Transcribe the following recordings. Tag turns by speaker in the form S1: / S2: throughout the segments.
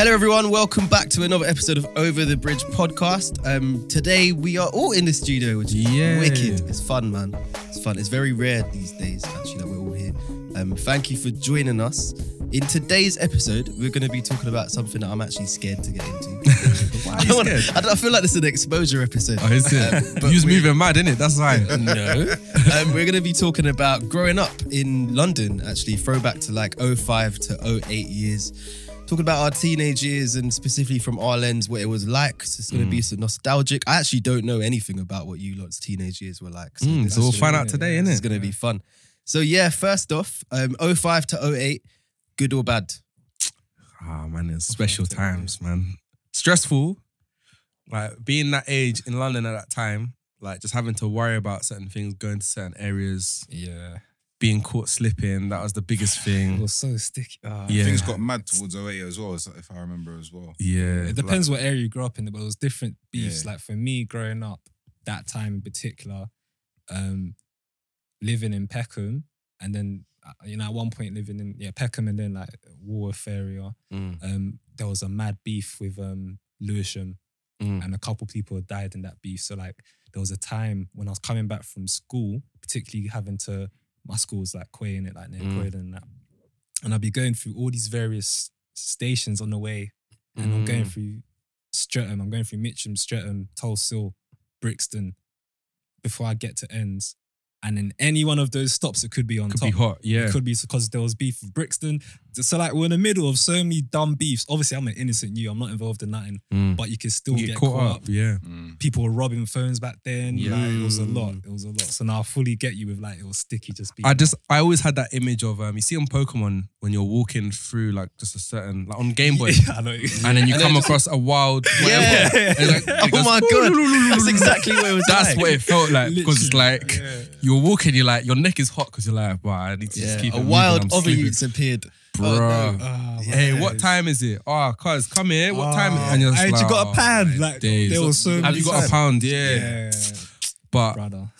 S1: everyone. Welcome back to another episode of Over the Bridge podcast. Um, today we are all in the studio, which is
S2: Yeah.
S1: wicked. It's fun, man. It's fun. It's very rare these days, actually, that we're all here. Um, thank you for joining us. In today's episode, we're going to be talking about something that I'm actually scared to get into.
S2: Why
S1: I, don't wanna- I don't- I feel like this is an exposure episode.
S2: Oh, is
S1: Um,
S2: it?
S1: but
S2: You's
S1: we-
S2: moving mad, innit? That's why.
S1: no. um, we're going to be talking about growing up in London, actually, throwback to like 05 to 08 years. Talking about our teenage years and specifically from our lens, what it was like. So it's going to be
S2: Mm.
S1: some nostalgic. I actually don't know anything about what you lot's teenage years were like. So,
S2: Mm,
S1: this
S2: so we'll
S1: is
S2: find
S1: gonna
S2: out
S1: be-
S2: today,
S1: This
S2: innit?
S1: is going to be fun. So, yeah, first off, um, 05 to 08, good or bad?
S2: Ah, man, it's special times, man. Stressful. Like being that age in London at that time, like just having to worry about certain things, going to certain areas,
S3: Yeah.
S2: being caught slipping. That was the biggest
S3: It
S2: thing.
S3: was so sticky. Ah.
S2: Yeah.
S4: Things got mad towards 08 as well, so- if I remember as well.
S2: Yeah.
S3: It depends what area you grew up in, but it was different beefs.
S4: Yeah.
S3: Like for me, growing up, that time in particular, um, living in Peckham, and then uh, you know at one point living in yeah Peckham, and then like Woolworth area,
S1: Mm.
S3: um, there was a mad beef with um Lewisham,
S1: Mm.
S3: and a couple people had died in that beef. So like there was a time when I was coming back from school, particularly having to my school was like Quay in it, like near
S1: Mm.
S3: Croydon and that, and I'd be going through all these various stations on the way and I'm
S2: Mm.
S3: going through Streatham, I'm going through Mitcham, Streatham, Tulsill, Brixton before I get to ends. And in any one of those stops, it could be on
S2: Could
S3: top.
S2: be hot. Yeah.
S3: It could be because there was beef with Brixton. So like we're in the middle of so many dumb beefs. Obviously, I'm an innocent you. I'm not involved in nothing,
S2: Mm.
S3: but you can still
S2: You
S3: get, caught, up.
S2: Yeah.
S4: Mm.
S3: People were robbing phones back then.
S2: Yeah.
S3: Like, it was a lot. It was a lot. So now I fully get you with like it was sticky. Just being
S2: I just I always had that image of um you see on Pokemon when you're walking through like just a certain like on Game Boy
S3: Yeah, I know.
S2: and then you come across a wild
S1: Yeah.
S2: whatever. And it's like- it
S1: Oh
S2: goes,
S1: my God. That's exactly what it was
S2: That's
S1: like.
S2: what it felt like because it's
S3: Literally,
S2: like
S3: yeah.
S2: you're walking, you're like your neck is hot because you're like, wow, I need to just
S1: Yeah,
S2: keep
S1: a
S2: it moving,
S1: wild
S2: I'm
S1: other
S2: sleeping."
S1: youths appeared.
S2: Bro.
S1: Oh, no.
S3: Ah, my
S2: Hey, what
S3: days.
S2: time is it? Oh, cuz come here. What time?
S3: Ah.
S2: And you're just
S3: Hey,
S2: like,
S3: you got
S2: "Oh,
S3: a pound.
S2: my
S3: Like
S2: days."
S3: there was so
S2: Have
S3: many
S2: you got a
S3: times.
S2: pound? Yeah.
S3: Yeah,
S2: But
S3: brother.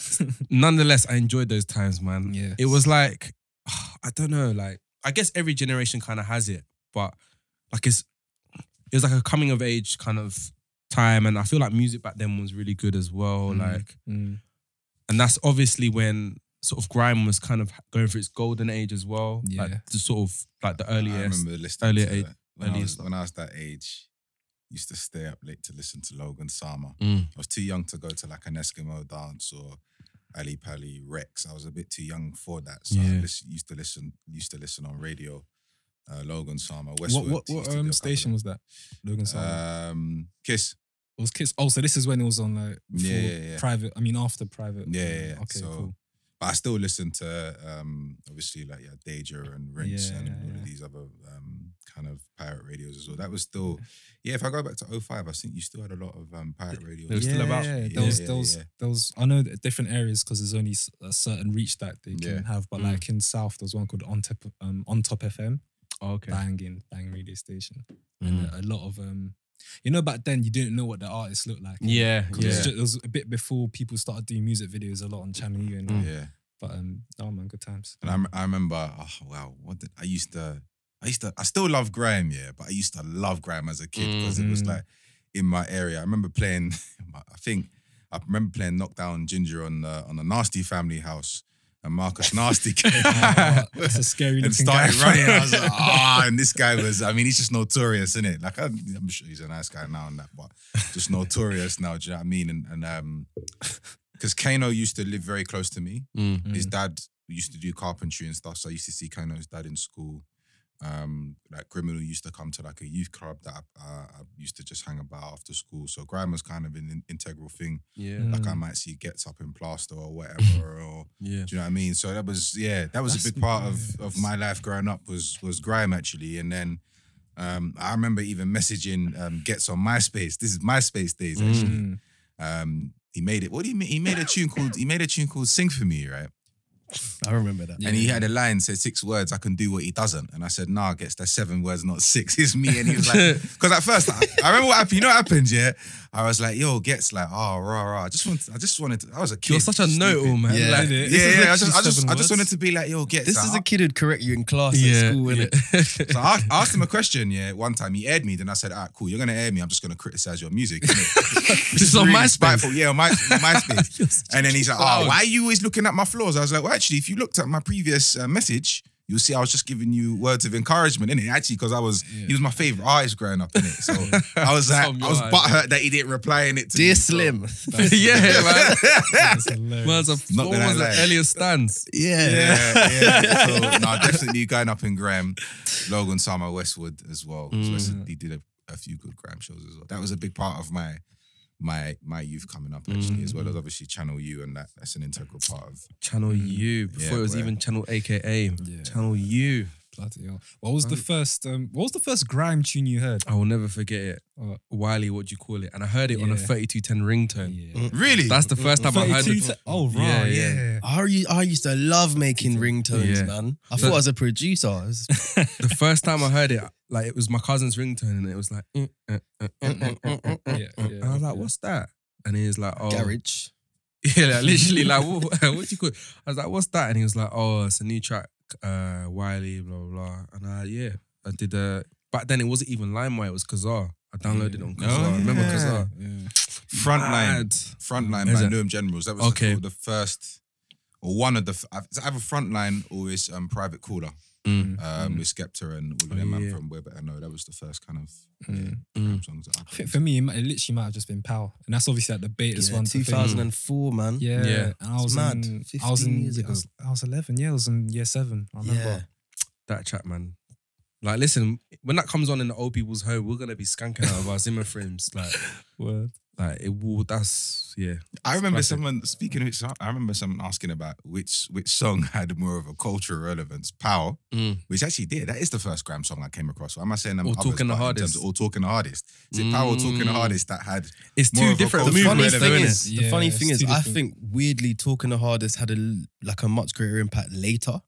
S2: nonetheless, I enjoyed those times, man.
S3: Yes.
S2: It was like, I don't know, like I guess every generation kind of has it, but like it's it was like a coming of age kind of time, and I feel like music back then was really good as well.
S1: Mhm.
S2: Like,
S3: Mm.
S2: and that's obviously when sort of grime was kind of going through its golden age as well. like,
S3: Yeah.
S2: the sort of like the
S4: I
S2: earliest.
S4: remember listening
S2: earlier
S4: to
S2: age-
S4: that. When, I
S2: earlier
S4: was,
S2: stuff.
S4: when I was that age, used to stay up late to listen to Logan Sama.
S2: Mm.
S4: I was too young to go to like an Eskimo dance or Ali Pali Rex. I was a bit too young for that. So I
S2: Yeah.
S4: listen, used to listen used to listen on radio. Uh, Logan Sama,
S3: What
S4: Westwood.
S3: what,
S4: used
S3: what
S4: to do a
S3: um,
S4: couple
S3: station
S4: of
S3: was that? Logan
S4: them.
S3: Simon.
S2: Uh,
S4: Um, Kiss.
S3: it was Kiss. Oh, so this is when it was on like before
S4: Yeah, yeah, yeah.
S3: private. I mean, after private.
S4: Yeah, yeah, yeah.
S3: Okay,
S4: So,
S3: cool.
S4: But I still listen to um, obviously like yeah, Deja and Rinse and
S3: Yeah,
S4: all
S3: yeah.
S4: of these other um, kind of pirate radios as well. That was still yeah. If I go back to 05, I think you still had a lot of um, pirate radios.
S2: They were still about-
S3: Yeah,
S4: Yeah,
S3: those,
S4: yeah,
S3: those,
S4: yeah.
S3: those. I know that different areas because there's only s- a certain reach that they can
S4: Yeah.
S3: have. But
S2: Mm.
S3: like in South, there's one called On Top, um, On Top FM,
S2: Oh, Okay.
S3: banging, bang radio station, and
S2: Mm.
S3: a, a lot of um, you know, back then you didn't know what the artists looked like.
S2: Yeah.
S3: Cause
S2: Yeah.
S3: it, was ju- it was a bit before people started doing music videos a lot on Channel U
S2: Mm.
S3: and all.
S4: Yeah,
S3: But um, oh man, good times.
S4: and I, rem- I remember oh wow, what did I used to I used to I still love grime yeah, but I used to love grime as a kid because it was
S3: Mhm.
S4: like in my area. I remember playing. I think I remember playing Knockdown Ginger on the on the Nasty Family House. And Marcus Nasty came.
S3: Oh, it's a scary looking
S4: and started
S3: guy.
S4: running. I was like, ah, and this guy was, I mean, he's just notorious, isn't it? Like, I'm, I'm sure he's a nice guy now and that, but just notorious now. Do you know what I mean? And, and um, because Kano used to live very close to me.
S2: Mm.
S4: His dad used to do carpentry and stuff. So I used to see Kano's dad in school. Um, like Criminal used to come to like a youth club that I, uh, I used to just hang about after school. So grime was kind of an in- integral thing.
S2: Yeah.
S3: Mm.
S4: Like I might see gets up in plaster or whatever, or
S2: Yeah.
S4: do you know what I mean? So that was yeah, that was
S3: That's-
S4: a big part of
S3: yeah.
S4: of my life growing up was was grime actually, and then um, I remember even messaging um, gets on MySpace. This is MySpace days actually.
S3: Mm.
S4: Um, he made it. What do you mean? He made a tune called he made a tune called Sing for Me, right?
S1: I remember that.
S4: And he had a line said six words. I can do what he doesn't. And I said, Nah, I guess there's seven words, not six. It's me. And he was like, Because at first, I, I remember what happened. You know what happened? Yeah, I was like, Yo, gets like, oh, rah, rah. I just want. I just wanted. To, I was a kid.
S2: You're such a
S4: stupid.
S2: know-it-all, man.
S1: Yeah.
S2: Like,
S4: Yeah,
S2: this is
S4: yeah. I
S2: literally
S4: just, I just,
S2: seven
S4: I just
S2: words.
S4: wanted to be like, Yo, gets.
S1: This
S4: like,
S1: is
S4: I-
S1: a kid who'd correct you in class at school, innit?
S4: So I, I asked him a question, yeah, one time. He aired me, then I said, all right, cool, you're going to air me. I'm just going to criticize your music. innit?"
S2: This is on
S4: really
S2: MySpace.
S4: spiteful. Yeah, on my, on MySpace. and then he's like, oh,
S2: clown.
S4: why are you always looking at my flaws? I was like, well, actually, if you looked at my previous uh, message, you'll see I was just giving you words of encouragement, innit? Actually, because I was, he was my favorite artist growing up, innit? So I was like,
S2: Tom,
S4: I was
S2: you're
S4: butthurt that he didn't reply in it to
S1: Dear
S4: me,
S1: Slim.
S2: yeah, man.
S3: That's hilarious.
S2: Man's a
S4: Not
S2: what
S4: gonna
S2: was that
S4: lie.
S2: earlier stance?
S1: yeah.
S4: yeah, yeah. So no, definitely going up in Graham, Logan Summer, Westwood as well.
S2: Mm.
S4: 'Cause Westwood, he did a, a few good Graham shows as well. That was a big part of my my my youth coming up actually, as
S2: Mm.
S4: well as obviously Channel U, and that that's an integral part of.
S2: Channel U. Before
S4: Mm. Yeah,
S2: it was
S4: bro.
S2: even Channel AKA.
S3: Yeah.
S2: Channel U.
S3: Bloody hell. What was the first um what was the first grime tune you heard?
S2: I will never forget it. Uh,
S3: What?
S2: Wiley, what do you call it? And I heard it on a
S3: Yeah.
S2: 3210 ringtone.
S3: Yeah.
S4: Really,
S2: That's the first time I heard
S3: 32
S2: it.
S3: to- oh right,
S2: Yeah,
S3: yeah.
S2: yeah.
S1: I, re- I used to love making ringtones,
S2: Yeah.
S1: man. I
S2: So-
S1: thought I was a producer. I was-
S2: The first time I heard it, like it was my cousin's ringtone, and it was like, "Mm, uh, uh, uh, uh, uh, uh, uh."
S3: Yeah,
S2: and I was like, "What's that?" And he was like, "Oh,
S1: garage.
S2: yeah, like, literally, like, what, what do you call?" It? I was like, "What's that?" And he was like, "Oh, it's a new track, uh, Wiley, blah blah." blah. And I, yeah, I did. Uh, back then, it wasn't even LimeWire; it was Kazaa. I downloaded it on Kazaa.
S4: Oh,
S2: Remember
S4: yeah.
S2: Kazaa?
S3: yeah.
S4: Frontline,
S2: Mad.
S4: Frontline
S2: Is
S4: by
S2: it?
S4: Newham Generals. That was
S2: Okay.
S4: the, the first. Or one of the f- it's either frontline or it's um, private caller
S2: Mm.
S4: um, with Skepta and all of
S2: Oh,
S4: them man
S2: yeah.
S4: from where but I know that was the first kind of yeah,
S3: Mm.
S4: Graham songs that I
S3: I think for me, it, might, it literally might have just been Power, and that's obviously at the Betas
S1: Yeah,
S3: one. so I think-
S1: 2004, man.
S3: Yeah,
S2: Yeah.
S3: And I was
S1: mad.
S3: in, I was
S1: 15
S3: in,
S1: years
S3: I was, I was eleven. Yeah, I was in year seven. I remember.
S1: Yeah.
S2: that track, man. Like, listen, when that comes on in the old people's home, we're gonna be skanking out of our Zimmer frames. Like,
S3: Word.
S2: like it will. That's yeah.
S4: I remember
S2: classic.
S4: someone speaking of which song- I remember someone asking about which which song had more of a cultural relevance, power,
S2: Mm.
S4: which actually did. That is the first Graham song I came across. Why am I saying them
S2: Or
S4: others,
S2: Talking the
S4: but in
S2: Hardest.
S4: terms of- Or talking the hardest. Is it power or talking the
S2: Mm.
S4: hardest that had?
S2: It's
S4: More
S2: two
S4: of a
S2: different
S1: The
S4: cultural
S1: funny
S2: movements.
S4: relevant,
S1: thing
S2: though,
S1: is,
S2: innit?
S1: the
S3: Yeah,
S1: funny
S3: it's
S1: thing is,
S3: two
S1: I
S3: different-
S1: think weirdly, talking the hardest had a l- like a much greater impact later.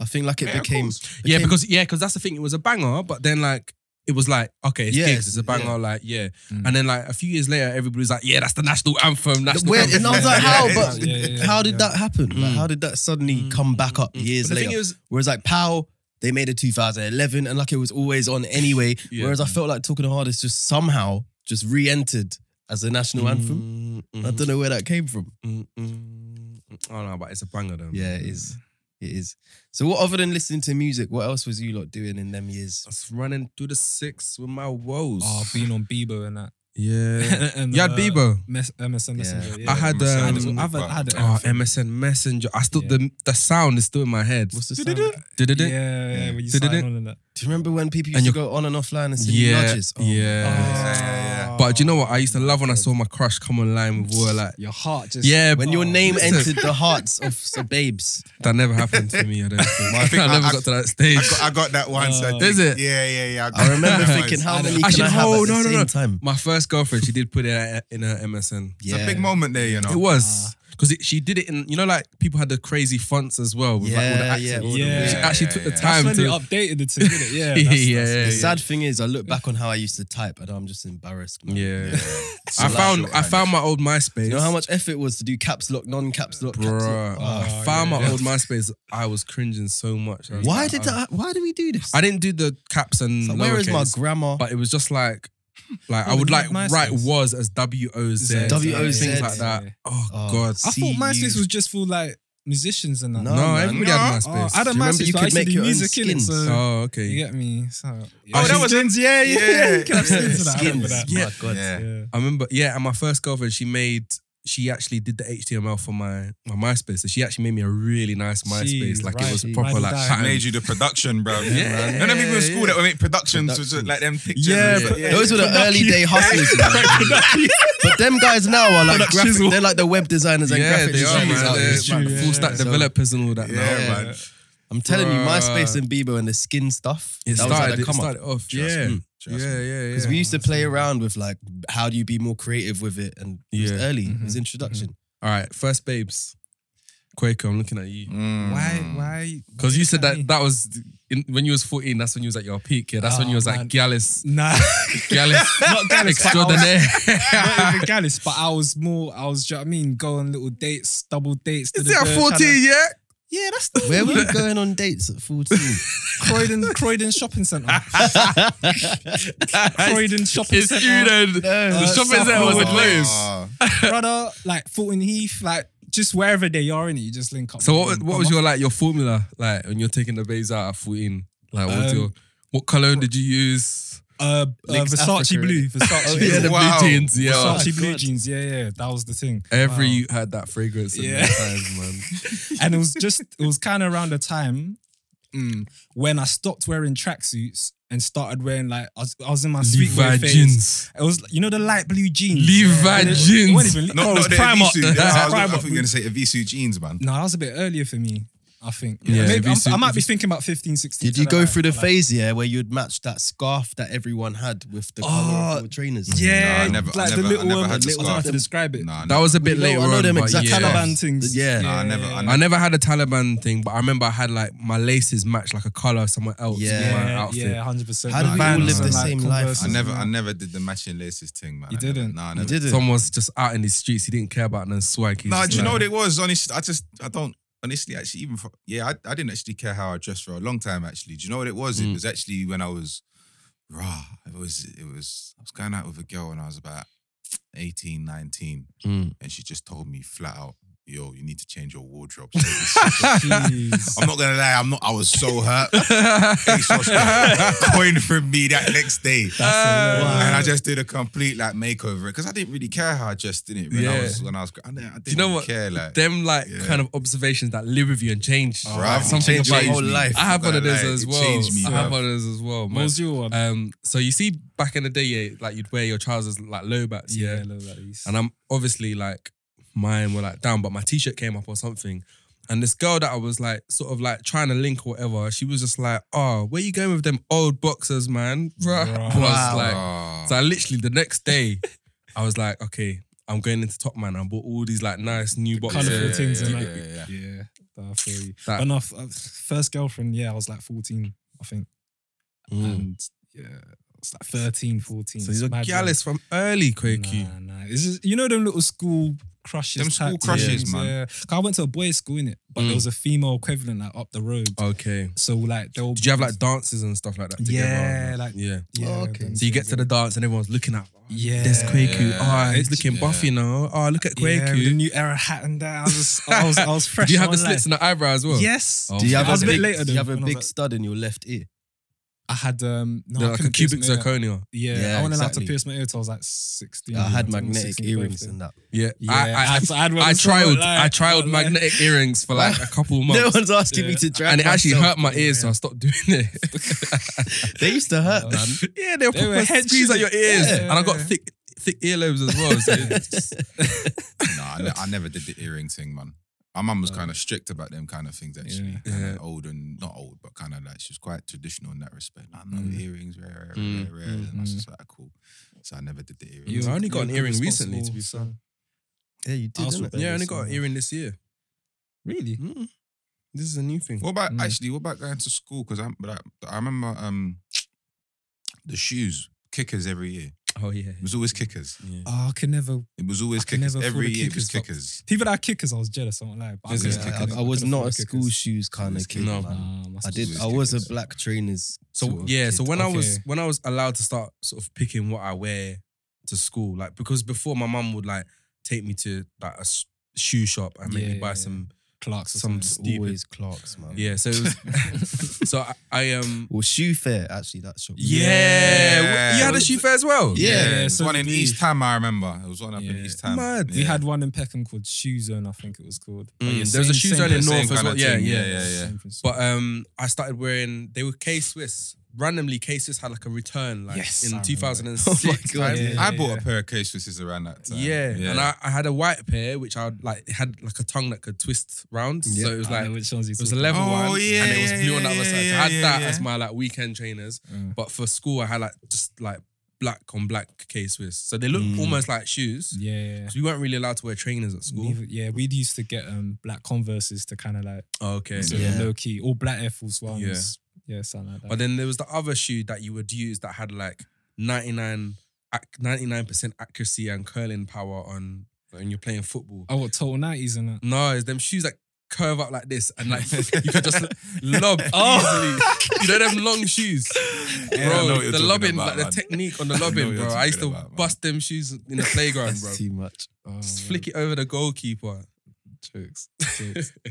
S1: I think like it
S4: Yeah, of
S1: became,
S4: course.
S2: yeah,
S1: became-
S2: because yeah, because that's the thing. It was a banger, but then like it was like okay, it's
S1: Yeah,
S2: gigs, it's a
S1: yeah.
S2: banger, like yeah.
S3: Mm.
S2: And then like a few years later, everybody's like, yeah, that's the national anthem. National
S1: Where,
S2: anthem.
S1: and I was like,
S2: Yeah,
S1: how?
S2: yeah,
S1: But
S3: yeah, yeah,
S1: how
S3: yeah.
S1: did that happen? Like,
S2: Mm.
S1: how did that suddenly come back up years
S2: But the
S1: later?
S2: thing is,
S1: Whereas like Pow, they made it 2011, and like it was always on anyway.
S2: Yeah.
S1: Whereas I felt like Talking the Hardest just somehow just re-entered as a national anthem. I don't know where that came from.
S2: Mm, mm, mm. Mm-hmm. I don't know, but it's a banger though. man.
S1: Yeah, it is. It is. So, what other than listening to music, what else was you lot doing in them years?
S2: I was running through the six with my woes.
S3: Oh, being on Bebo and that.
S2: yeah.
S3: and,
S2: You had
S3: uh,
S2: Bebo.
S3: Mes- MSN Messenger. Yeah.
S2: I had,
S4: Yeah,
S2: um,
S4: Sam
S3: I've had- I had
S4: Cooke,
S3: it.
S2: Oh,
S3: Yeah.
S2: MSN Messenger. I still
S3: Yeah.
S2: the the sound is still in my head.
S1: What's the
S3: Yeah,
S1: sound?
S3: yeah,
S2: Did it?
S3: yeah, when you
S2: Did it?
S3: sign on and that.
S1: Do you remember when people used
S2: And
S1: to
S2: you-
S1: go on and offline and sing Oh
S2: Yeah,
S1: lodges?
S2: yeah.
S1: my days.
S4: yeah.
S2: But do you know what? I used to love when I saw my crush come online with all like,
S3: Your heart just
S2: yeah,
S1: When your
S3: Oh,
S1: name
S2: listen.
S1: entered the hearts of some babes.
S2: that never happened to me. I don't think. I,
S4: think I-
S2: never
S4: I-
S2: got to that stage.
S4: I got, I got that one. so I
S3: Uh,
S4: did.
S2: Is it?
S4: Yeah, yeah, yeah. got
S1: I remember
S4: that one.
S1: thinking, how
S3: I
S1: many
S3: don't-
S1: can
S2: Actually,
S1: I have
S2: no,
S1: at the
S2: no, no,
S1: same
S2: no.
S1: time?
S2: my first girlfriend, she did put it out in her MSN.
S4: It's a big moment there, you know.
S2: It was because she did it in you know like people had the crazy fonts as well. With like, all the
S1: Yeah,
S2: accents.
S1: yeah,
S2: All the-
S3: yeah.
S2: She actually took the
S4: That's
S3: That's
S2: time
S3: when
S2: to.
S3: they updated the thing, innit? Yeah, that's,
S2: Yeah,
S3: that's-
S2: yeah,
S1: The
S2: yeah.
S1: sad thing is, I look back on how I used to type and I'm just embarrassed. man.
S2: yeah.
S4: Yeah.
S2: I
S4: So
S2: found
S4: that's
S2: I
S4: your
S2: found my old MySpace.
S1: You know how much effort it was to do caps lock, non caps lock, caps
S2: Bruh,
S1: lock? Oh.
S2: I found
S3: yeah.
S2: my old MySpace. I was cringing so much. I was
S1: Why
S2: like,
S1: did
S2: I-
S1: that, why do we do this?
S2: I didn't do the caps and
S1: Like, where is my
S2: lowercase,
S1: grammar?
S2: but it was just like, like I
S3: Oh,
S2: would
S3: you
S2: like
S3: had MySpace?
S2: write was as W O Z,
S1: W
S3: O
S2: things
S3: Z,
S2: like that.
S3: yeah.
S2: Oh,
S1: Oh,
S2: god,
S3: I
S1: See
S3: thought MySpace
S1: you.
S3: was just for like musicians and that.
S1: No,
S2: no,
S1: man.
S2: everybody had
S3: Oh,
S2: MySpace.
S3: I had a
S1: Do you remember
S3: MySpace,
S1: you
S3: but
S1: could
S3: I used to
S1: make
S3: do
S1: your own
S3: music in it.
S1: skins?
S3: So
S2: Oh, okay.
S3: you get me. So yeah.
S2: Oh, that
S4: was-
S3: skins. Yeah, yeah, yeah.
S4: Yeah.
S3: You can have skins and that. I remember
S1: skins.
S3: that.
S1: Yeah.
S2: Yeah.
S1: Oh, My God.
S4: Yeah.
S3: Yeah.
S2: I remember, yeah. And my first girlfriend, she made, she actually did the HTML for my my MySpace. So she actually made me a really nice MySpace.
S3: Jeez,
S2: like
S3: right,
S2: it was
S1: she-
S2: proper
S3: right
S2: like
S3: down.
S4: I
S2: pattern.
S4: made you the production, bro.
S2: Yeah,
S4: man. None of people in school
S2: yeah.
S4: that would make productions, was just like them pictures.
S2: Yeah,
S4: and stuff.
S2: but
S1: Those were the early day hustlers. man. but them guys now are like graphic, they're like the web designers and
S2: Yeah,
S1: graphic
S2: they are,
S1: designers.
S2: man.
S1: out here.
S2: They're, like,
S3: true,
S2: full
S3: yeah.
S2: stack
S1: So-
S2: developers and all that
S4: Yeah,
S2: now.
S4: man.
S1: I'm telling you,
S2: Bruh.
S1: MySpace and Bebo and the skin stuff.
S2: It
S1: that was like
S2: started,
S1: the
S2: it
S1: come up.
S2: started off.
S4: Trust
S2: yeah.
S4: me, trust
S2: yeah,
S4: me.
S2: yeah, yeah.
S1: Because we used to play around with like, how do you be more creative with it? And it was
S2: Yeah.
S1: early, it was
S3: Mhm.
S1: introduction.
S2: All right, first babes. Quaker, I'm looking at you.
S4: Mm.
S3: Why? Why?
S2: Hmm. Because you said
S3: why-
S2: that that was in, when you was 14. That's when you was at your peak. Yeah, that's when
S3: Oh,
S2: you was
S3: man.
S2: at Gallus,
S3: Nah,
S2: Gallus,
S3: Not Gallus, but I was-
S2: extraordinaire.
S3: not even Gallus, but I was more. I was. do you know what I mean, go on little dates, double dates.
S2: Is it
S3: da-da-da,
S2: at
S3: tryna-
S2: 14? Yeah.
S3: Yeah, that's the
S1: Where were you going on dates at 14?
S3: Croydon, Croydon shopping centre. Croydon shopping
S2: It's
S3: centre.
S2: Uden.
S1: Uh,
S2: The shopping
S3: South
S2: centre was
S3: Norwood.
S2: at Lewis.
S4: Ah,
S3: brother, like Fulton Heath, like just wherever they are in it, you just link up.
S2: So
S3: with
S2: what,
S3: them.
S2: what was your like your formula like when you're taking the bays out at 14? Like what's
S3: Um,
S2: your what cologne did you use?
S3: uh, uh
S1: Links
S3: Versace
S1: Africa,
S3: blue,
S1: innit?
S3: Versace,
S1: Oh,
S3: blue.
S1: yeah, the
S4: blue
S2: wow.
S4: jeans,
S2: Yeah.
S1: Oh,
S3: Versace
S1: my
S3: blue
S1: God.
S3: jeans. Yeah, yeah, that was the thing.
S2: Every
S3: Wow.
S2: youth had that fragrance in
S3: Yeah.
S2: their times, man.
S3: and it was just it was kind of around the time mm, when I stopped wearing tracksuits and started wearing like I was, I was in my
S2: Levi
S3: streetwear phase.
S2: jeans.
S3: It was you know the light blue jeans.
S2: Levi
S3: And it-
S2: jeans.
S3: It wasn't even,
S4: Not,
S3: no, it was
S4: not the
S3: Primark.
S4: Evisu.
S3: It was
S4: Yeah, I was- I
S3: Primark.
S4: thought you were going to say Evisu jeans, man.
S3: No, that was a bit earlier for me. I think.
S2: Yeah,
S3: Maybe I'm,
S2: Evisu-
S3: I might be thinking about 15, 16.
S1: Did you
S3: so
S1: go
S3: that-
S1: through the
S3: like-
S1: phase, yeah, where you'd match that scarf that everyone had with the colour
S3: Oh,
S1: of your trainers?
S3: Yeah,
S4: Nah, I never- I
S3: like the
S4: never- I
S3: little
S4: never
S3: one.
S4: had the
S3: I don't know how to
S4: scarf.
S3: describe it.
S4: Nah,
S2: That was a bit
S1: know- I
S2: later
S1: know
S2: on.
S1: them
S2: but
S1: exact
S2: yeah.
S3: Taliban things.
S1: Yeah.
S4: Nah, I never- I
S2: I never had a Taliban thing, but I remember I had like my laces match like a color somewhere else in my
S3: yeah,
S2: outfit.
S3: yeah, hundred percent.
S1: How did
S2: we all live the
S1: same life?
S4: I never, I never did the matching laces thing, man.
S3: You
S4: I never-
S3: didn't?
S4: Nah, I
S1: You
S4: never.
S1: didn't.
S2: Someone was just out in the streets. He didn't care about no swag. He
S4: Nah,
S2: just
S4: do you know
S2: like-
S4: what it was? Honestly, I just, I don't, honestly, actually, even for, yeah, I, I didn't actually care how I dressed for a long time, actually. Do you know what it was? It
S2: Mm.
S4: was actually when I was, raw, it was, it was, I was going out with a girl when I was about 18, 19,
S2: Mm.
S4: and she just told me flat out, yo, you need to change your wardrobe. I'm not going to lie, I'm not, I was so hurt. ASOS was going from me that next day. and I just did a complete like makeover because I didn't really care how I dressed in it when I
S2: Yeah.
S4: was when I was. I didn't, I didn't
S2: know
S4: really
S2: what?
S4: care like.
S2: Them like
S4: Yeah. Oh,
S2: kind of observations that live with you and change.
S4: Bruv,
S2: Like,
S4: it
S2: something
S1: changed
S2: about
S1: my whole
S4: me.
S1: life.
S2: I have one of
S4: Like,
S2: those as
S4: it
S2: well.
S4: changed me,
S2: I have
S4: bruv.
S2: one of those as well.
S3: What
S2: man.
S3: was your one?
S2: Um, so you see, back in the day, yeah, like you'd wear your trousers like low backs, yeah.
S3: look at these.
S2: And I'm obviously like mine were like down, but my t-shirt came up or something. And this girl that I was like sort of like trying to link or whatever, she was just like, "Oh, where you going with them old boxers, man?" Bruh.
S3: Bruh.
S2: I was
S1: Wow.
S2: like,
S4: Ah.
S2: so I literally the next day, I was like, okay, I'm going into Top Man. I bought all these like nice new boxes.
S3: colourful things and that.
S4: yeah, yeah.
S3: yeah, I feel you.
S2: That-
S3: But no, f- uh, first girlfriend, yeah, I was like 14, I think,
S2: Mm.
S3: and yeah, I was like 13, 14.
S2: So he's a
S3: Mad
S2: gallus from early
S3: one.
S2: Quakey.
S3: Nah, nah. It's just, you know them little school crushes.
S4: Them school
S3: type
S4: crushes,
S3: things,
S4: man.
S3: Yeah. 'Cause I went to a boys' school in it, but
S2: Mm.
S3: there was a female equivalent like up the road.
S2: Okay.
S3: So like they'll.
S2: Oh. Did you have like dances and stuff like that together?
S3: Yeah, like-
S2: yeah.
S3: Yeah,
S1: Oh, okay.
S3: them
S2: So you get
S3: things,
S2: to the
S3: yeah.
S2: dance and everyone's looking at.
S3: Yeah.
S2: There's Quaku. Oh, he's
S3: Yeah.
S2: looking buffy now. Oh, look at
S3: Yeah, with the
S2: Quaku.
S3: new era hat and that. I was, just, I was, I was fresh.
S2: Do you have the
S3: on, like-
S2: slits in the eyebrow as well?
S3: Yes.
S2: Oh,
S1: Do you
S3: I
S1: have
S3: was
S1: a
S3: a bit
S1: big,
S3: later
S1: do
S3: than-
S1: you have a
S3: when I was
S1: big
S3: like-
S1: stud in your left ear?
S3: I had um, no,
S2: They're
S3: I
S2: like a
S3: couldn't pierce
S2: cubic
S3: my ear.
S2: zirconia.
S3: Yeah,
S1: Yeah,
S3: I wasn't allowed to
S1: exactly.
S3: pierce my ear till I was like 16.
S1: I had
S3: yeah,
S1: magnetic
S3: 16
S1: earrings
S3: birthday.
S1: and that.
S2: Yeah.
S3: Yeah,
S2: I, I, I,
S3: I, had one
S2: I
S3: as well,
S2: trialed,
S3: like-
S2: I trialed
S3: like-
S2: magnetic earrings for like a couple months.
S1: No one's asking me
S3: Yeah.
S1: to drag
S2: and it actually
S1: myself.
S2: hurt my ears, so I stopped doing it.
S1: They used to hurt,
S3: Oh.
S1: man.
S2: yeah, they were,
S3: They
S2: they
S3: were head
S2: squeeze at your ears,
S3: Yeah.
S2: and I got thick, thick earlobes as well. So it's just-
S4: Nah, I, ne- I never did the earring thing, man. My mum was kind of strict about them kind of things, actually.
S2: Yeah. Yeah.
S4: Kinda Old and not old, but kind of like she was quite traditional in that respect. Like, no
S2: Mm.
S4: earrings, rare, rare,
S2: Mm.
S4: rare, rare. And I was
S3: Mm.
S4: just like, cool. So I never did the earrings.
S2: You I only got an
S3: you're
S2: earring
S3: responsible
S2: recently, to be
S3: son.
S1: Yeah, you
S3: I
S1: did.
S3: was
S1: innit?
S3: rebellious.
S2: yeah, I only got an earring this year.
S3: Really?
S2: Mm. This is a new thing.
S4: What about
S3: Mm.
S4: actually? What about going to school? Because I, but I, I remember um, the shoes kickers every year.
S2: Oh yeah,
S4: It was always kickers.
S2: yeah.
S3: Oh, I could never.
S4: It was always
S3: I can
S4: kickers
S3: never afford
S4: every
S3: the
S4: year. It was
S3: kickers, but-
S4: kickers.
S3: People that had kickers, I was jealous. I'm not like, but I
S4: This
S3: couldn't-
S4: is
S1: Yeah,
S3: I
S4: kickers.
S1: I,
S3: couldn't-
S1: I was
S3: couldn't
S1: not a
S3: afford
S1: school
S3: kickers.
S1: shoes kind
S4: Always
S1: of kid.
S2: kickers. No.
S1: man.
S3: Nah, my
S1: I did.
S3: school-
S4: always
S1: I was
S4: kickers.
S1: a black trainers.
S2: So
S1: sort of
S2: yeah, so
S1: kid.
S2: when I was
S3: Okay.
S2: when I was allowed to start sort of picking what I wear to school, like because before my mum would like take me to like a s- shoe shop and make
S3: Yeah,
S2: me buy
S3: yeah,
S2: some
S3: Clarks or
S2: some
S3: something.
S2: stupid-
S1: always Clarks, man.
S2: yeah. So it was, so I, I um
S1: Well, shoe fair actually that shop.
S2: yeah,
S4: Yeah.
S2: you had a shoe fair as well.
S1: Yeah,
S4: it was
S3: so
S4: one in
S3: we-
S4: East Ham. I remember it was one up in
S3: Yeah.
S4: East Ham.
S2: Mad.
S3: We had one in Peckham called Shoe Zone, I think it was called. But
S2: Mm,
S3: yeah,
S2: there was a
S3: same-
S2: shoe
S3: same
S2: zone in
S3: principle.
S2: North
S4: same
S2: as
S4: kinda
S2: well. Yeah,
S4: thing.
S2: yeah,
S4: yeah, yeah.
S3: Same principle.
S2: But um, I started wearing. They were K Swiss. Randomly, K Swiss had like a return, like
S3: Yes, I
S2: in
S3: remember.
S2: 2006.
S1: Oh my God,
S2: time.
S3: yeah.
S4: I bought a pair of K Swisses around that time.
S2: Yeah. and I, I had a white pair which I would, like had like a tongue that could twist round. So it was
S3: I
S2: like
S3: know
S2: it
S3: which ones he's
S2: was a
S3: talking
S2: level
S3: about.
S2: one,
S4: Oh, yeah,
S2: and it was
S4: yeah,
S2: blue on the
S4: yeah,
S2: other side. So
S4: yeah,
S2: I had
S4: yeah,
S2: that
S4: yeah.
S2: as my like weekend trainers.
S3: Mm.
S2: But for school, I had like just like black on black K Swiss. So they look
S1: Mm.
S2: almost like shoes.
S3: Yeah, yeah, yeah.
S2: 'Cause We weren't really allowed to wear trainers at school.
S3: Neither- yeah, we'd used to get um black Converses to kind of like
S2: Oh, okay.
S3: sort
S1: Yeah.
S3: of low key, all black Air Force ones. Yeah, something like that.
S2: But then there was the other shoe that you would use that had like 99 percent accuracy and curling power on when you're playing football.
S3: oh, what total nineties and that.
S2: No, it's them shoes that curve up like this and like you could just lob
S4: Oh.
S2: easily. You know them long shoes.
S4: Yeah, I know
S2: bro,
S4: what you're
S2: the
S4: talking
S2: lobbing,
S4: about,
S2: like
S4: man.
S2: the technique on the
S4: I know what
S2: lobbing,
S4: you're
S2: bro. I used to
S4: talking about, man.
S2: bust them shoes in the playground, bro.
S1: That's too much.
S3: Oh,
S2: Just
S3: man.
S2: flick it over the
S4: Oh,
S2: goalkeeper.
S3: Jokes. jokes. Oh,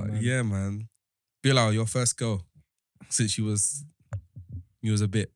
S2: But
S3: man.
S2: yeah, man. Bilal, your first girl, since you was you was a bit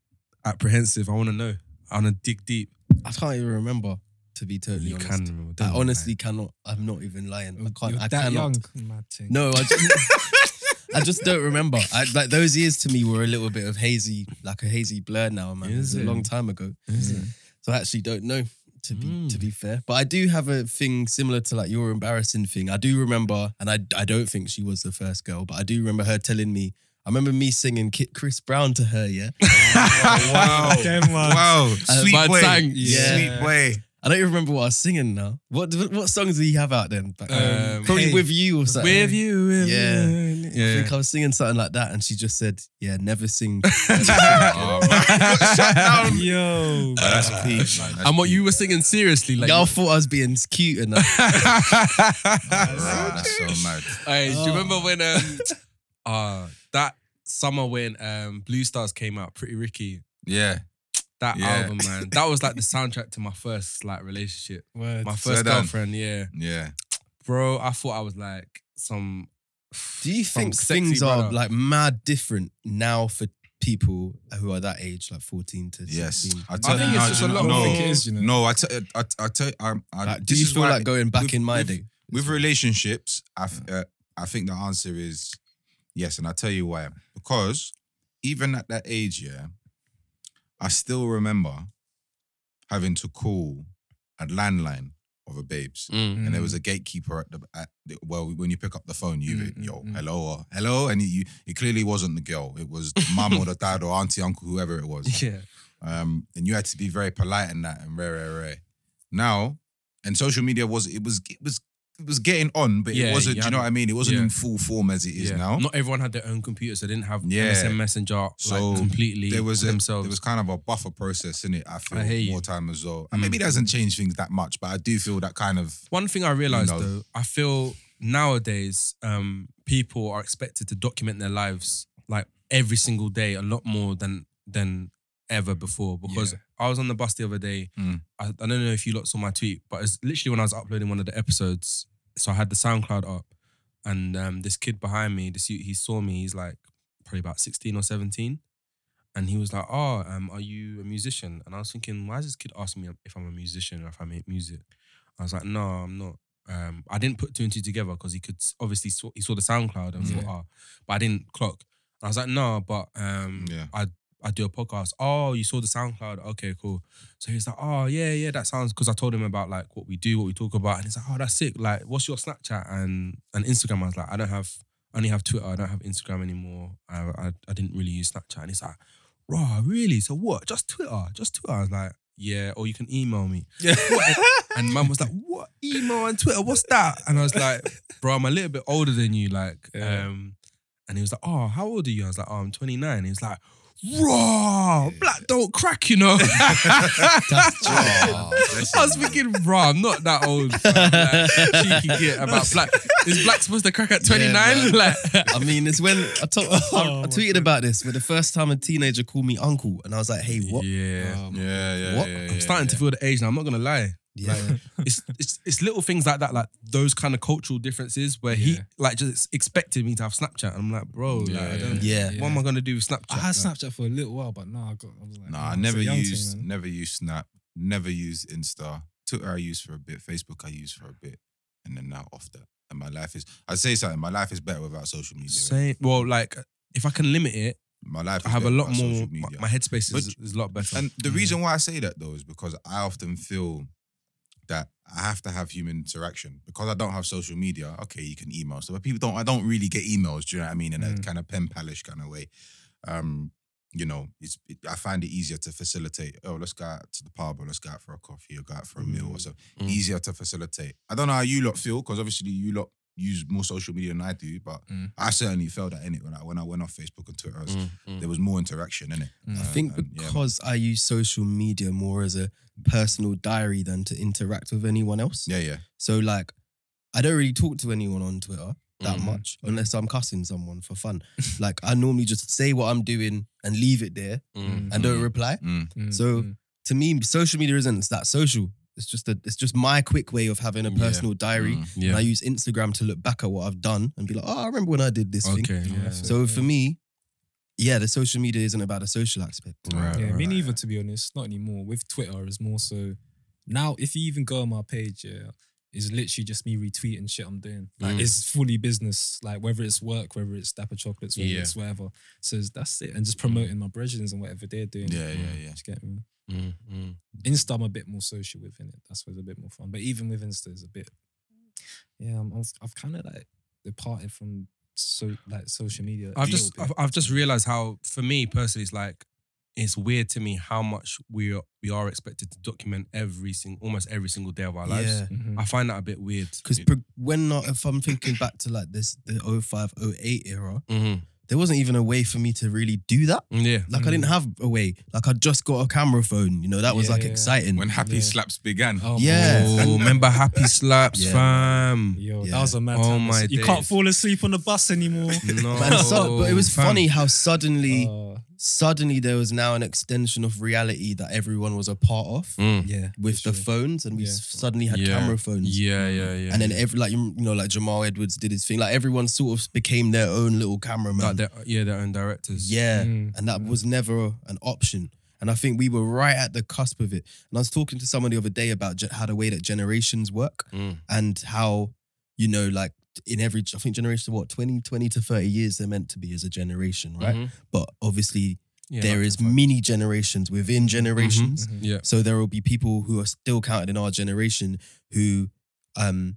S2: apprehensive. I want to know. I want to dig deep.
S1: I can't even remember, to be totally
S2: You
S1: honest.
S2: can remember.
S1: I
S2: don't you,
S1: honestly cannot. I'm not even lying. I can't.
S3: You're
S1: I
S3: that
S1: cannot.
S3: young, mad thing.
S1: No, I just, I just don't remember. I, like those years to me were a little bit of hazy, like a hazy blur now, man. It was a
S2: Is it?
S1: long time ago,
S2: man? Is it?
S1: so I actually don't know. To be
S2: Mm.
S1: to be fair, but I do have a thing similar to like your embarrassing thing. I do remember, and I I don't think she was the first girl, but I do remember her telling me. I remember me singing Kit Chris Brown to her. Yeah,
S4: wow.
S3: Them ones.
S4: Wow.
S1: Uh,
S4: Sweet
S1: Bad
S4: boy.
S1: Sang.
S4: Sweet
S1: Yeah.
S4: boy.
S1: I don't even remember what I was singing now. What what songs did he have out then? Back then?
S2: Um,
S1: Probably
S3: Hey.
S1: with you or something.
S2: With you, with
S1: Yeah.
S2: you.
S1: I
S2: yeah.
S1: think I was singing something like that, and she just said, "Yeah, never sing."
S4: Oh, man. Shut down.
S3: Yo.
S4: Oh, that's peak, man. That's
S2: And what
S4: peak.
S2: you were singing seriously, like
S1: Y'all thought I was being cute and that.
S4: Bro, that's so mad.
S2: Hey, do
S1: Oh.
S2: you remember when um uh that summer when um Blue Stars came out, Pretty Ricky,
S4: Yeah.
S2: that
S4: Yeah.
S2: album, man, that was like the soundtrack to my first like relationship.
S3: Word.
S2: My first
S4: So done.
S2: girlfriend, yeah.
S4: Yeah.
S2: Bro, I thought I was like some
S1: Do you
S2: Some
S1: think
S2: sexy
S1: things are
S2: brother.
S1: like mad different now for people who are that age, like fourteen to
S4: Yes.
S1: sixteen?
S4: I,
S2: I think it's
S4: no,
S2: just
S4: do
S2: a
S4: you
S2: lot
S4: know-
S3: I
S2: of
S4: no,
S3: think it is, you know.
S4: No, I tell I, I tell um, I,
S1: Like, do
S4: this
S1: you
S4: is
S1: feel
S4: why-
S1: like going back
S4: with-
S1: in my
S4: with-
S1: day?
S4: with relationships, I f- uh, I think the answer is yes, and I tell you why. Because even at that age, yeah, I still remember having to call a landline of a babes, and there was a gatekeeper at the at the, well when you pick up the phone, you
S3: Mm, mm,
S4: yo
S3: mm.
S4: hello or hello, and you it clearly wasn't the girl, it was the mum or the dad or auntie, uncle, whoever it was.
S2: Yeah.
S4: Um, and you had to be very polite in that and rare, rare, rare. Now, and social media was it was it was it was getting on, but
S2: Yeah,
S4: it wasn't.
S2: you
S4: You know
S2: had-
S4: what I mean? It wasn't
S2: yeah.
S4: in full form as it is
S2: yeah.
S4: now.
S2: Not everyone had their own computer, so they didn't have
S4: Yeah.
S2: MSN Messenger
S4: So,
S2: like completely
S4: there was
S2: to
S4: a,
S2: themselves.
S4: there was kind of a buffer process in it. I feel
S2: I hear you.
S4: more time as well, and
S2: Mm.
S4: maybe it doesn't change things that much, but I do feel that kind of
S2: One thing I realized
S4: You know.
S2: though, I feel nowadays um, people are expected to document their lives like every single day a lot more than than ever before. Because
S3: Yeah.
S2: I was on the bus the other day.
S4: Mm.
S2: I, I don't know if you lot saw my tweet, but it's literally when I was uploading one of the episodes. So I had the SoundCloud up, and um, this kid behind me, this he saw me. He's like probably about sixteen or seventeen. And he was like, "Oh, um, are you a musician?" And I was thinking, "Why is this kid asking me if I'm a musician or if I make music?" I was like, no, I'm not. Um, I didn't put two and two together because he could s- obviously saw, he saw the SoundCloud and
S3: Yeah.
S2: thought, oh, but I didn't clock. And I was like, no, but um,
S4: Yeah.
S2: I I do a podcast. Oh, you saw the SoundCloud? Okay, cool. So he's like, oh yeah, yeah, that sounds. Because I told him about like what we do, what we talk about, and he's like, oh, that's sick. Like, what's your Snapchat and and Instagram? I was like, I don't have, I only have Twitter. I don't have Instagram anymore. I I, I didn't really use Snapchat. And he's like, raw, really? So what? Just Twitter? Just Twitter? I was like, yeah. Or you can email me. And mum was like, "What email and Twitter? What's that?" And I was like, "Bro, I'm a little bit older than you." Like,
S3: Yeah.
S2: um, and he was like, "Oh, how old are you?" I was like, "Oh, I'm 29." He was like, "Raw, black don't crack, you know."
S1: That's true.
S2: Oh,
S4: Aw, bless
S2: I was
S4: you, man.
S2: thinking, bro, I'm not that old. fam." Like, cheeky kid about black. Is black supposed to crack at 29?
S1: man.
S2: like,
S1: I mean, it's when I, talk, I,
S3: Oh,
S1: I
S3: my
S1: tweeted
S3: God.
S1: about this, but the first time a teenager called me uncle, and I was like, "Hey, what?" Oh,
S2: yeah.
S4: Yeah, yeah,
S1: What?
S4: yeah, yeah,
S2: Um, I'm starting to
S4: yeah.
S2: feel the age now. I'm not gonna lie.
S1: Yeah.
S2: it's, it's it's little things like that, like those kind of cultural differences where he
S3: Yeah.
S2: like just expected me to have Snapchat. And I'm like, bro, like, I
S4: Yeah.
S2: don't,
S1: yeah.
S2: what am I gonna do with Snapchat?
S3: I had
S2: Like,
S3: Snapchat for a little while, but no, I got. I was like,
S4: Nah, I
S3: it's a
S4: never
S3: young thing,
S4: used,
S3: man.
S4: never used Snap, never used Insta. Twitter I used for a bit, Facebook I used for a bit, and then now off that. And my life is, I'd say something. My life is better without social media.
S2: Same. Well, like if I can limit it,
S4: My life. Is
S2: I have a
S4: better
S2: lot
S4: without
S2: more.
S4: social
S2: My,
S4: media.
S2: my headspace is,
S4: But-
S2: is a lot better.
S4: and the reason why I say that though is because I often feel that I have to have human interaction because I don't have social media. Okay, you can email, so but people don't. I don't really get emails. Do you know what I mean? In a
S3: Mm.
S4: kind of pen palish kind of way. Um, you know, it's it, I find it easier to facilitate. Oh, let's go out to the pub or let's go out for a coffee or go out for a meal or
S2: Mm.
S4: something.
S2: Mm.
S4: Easier to facilitate. I don't know how you lot feel because obviously you lot use more social media than I do, but
S3: Mm.
S4: I certainly felt that in it when I when I went off Facebook and Twitter, I was, there was more interaction Uh, in it.
S3: Mm.
S1: I think because I use social media more as a personal diary than to interact with anyone else.
S4: yeah, yeah,
S1: So like, I don't really talk to anyone on Twitter that
S2: Mhm.
S1: much unless I'm cussing someone for fun. like I normally just say what I'm doing and leave it there
S2: Mm.
S1: and don't reply.
S4: Mm.
S3: Mm,
S1: So-
S3: mm,
S1: To me, social media isn't that social. It's just a, it's just my quick way of having a
S2: Yeah. Mm-hmm.
S1: personal diary.
S4: Mm.
S1: And I
S2: Yeah.
S1: use Instagram to look back at what I've done and be like, oh, I remember when I did this thing.
S2: Okay. Yeah.
S3: that's it.
S1: So for
S3: Yeah.
S1: me, yeah, the social media isn't about the social aspect.
S2: Right.
S3: yeah, me
S2: right.
S3: neither. To be honest, not anymore. With Twitter, it's more so now. If you even go on my page, yeah, it's literally just me retweeting shit I'm doing. Like
S2: Mm.
S3: it's fully business. Like whether it's work, whether it's Dapper Chocolates, whether
S2: Yeah.
S3: it's whatever. So it's- that's it, and just promoting my brethrens and whatever they're doing.
S4: yeah, yeah, yeah.
S3: Just get me.
S2: Mm, mm.
S3: Insta, I'm a bit more social within it. That's where it's a bit more fun. But even with Insta, it's a bit. Yeah, I'm, I've, I've kind of like departed from so like social media. a
S2: I've
S3: little
S2: just
S3: bit.
S2: I've, I've just realized how for me personally it's like it's weird to me how much we are, we are expected to document every single almost every single day of our lives.
S1: Yeah.
S3: Mhm.
S2: I find that a bit weird.
S1: Because when not, if I'm thinking back to like this, the 05, 08 era,
S2: Mhm.
S1: there wasn't even a way for me to really do that.
S2: Yeah.
S1: Like I didn't have a way. Like I just got a camera phone. You know that was like
S3: Mm. Yeah.
S1: exciting.
S4: When Happy
S3: Yeah.
S4: Slaps began,
S3: Oh my
S1: Yeah.
S3: God.
S2: Mm. Oh, remember Happy Slaps,
S1: Yeah.
S2: fam?
S3: Yo,
S1: Yeah.
S3: that was a mad
S2: Oh
S3: time.
S2: my
S3: you can't
S2: days.
S3: fall asleep on the bus anymore.
S2: No,
S1: Man, so- but it was
S2: fam.
S1: funny how suddenly,
S3: Uh,
S1: suddenly there was now an extension of reality that everyone was a part of
S2: Mm.
S3: yeah,
S1: with
S3: for
S1: the
S3: sure.
S1: phones, and we
S3: Yeah.
S1: s- suddenly had
S2: Yeah.
S1: camera phones.
S2: Yeah, yeah, yeah.
S1: And then every like you you know like Jamal Edwards did his thing. Like everyone sort of became their own little
S2: like
S1: cameraman.
S2: their, yeah, their own directors.
S1: yeah.
S3: Mm.
S1: and that was never an option. And I think we were right at the cusp of it. And I was talking to someone the other day about ge- how the way that generations work
S2: Mm.
S1: and how, you know, like in every, I think generation, what, 20, 20 to 30 years, they're meant to be as a generation, right?
S2: Mhm.
S1: But obviously,
S2: Yeah,
S1: there
S2: like Mm-hmm.
S1: is
S2: the fuck.
S1: mini generations within generations.
S3: Mhm.
S2: Yeah.
S1: So there will be people who are still counted in our generation who, um,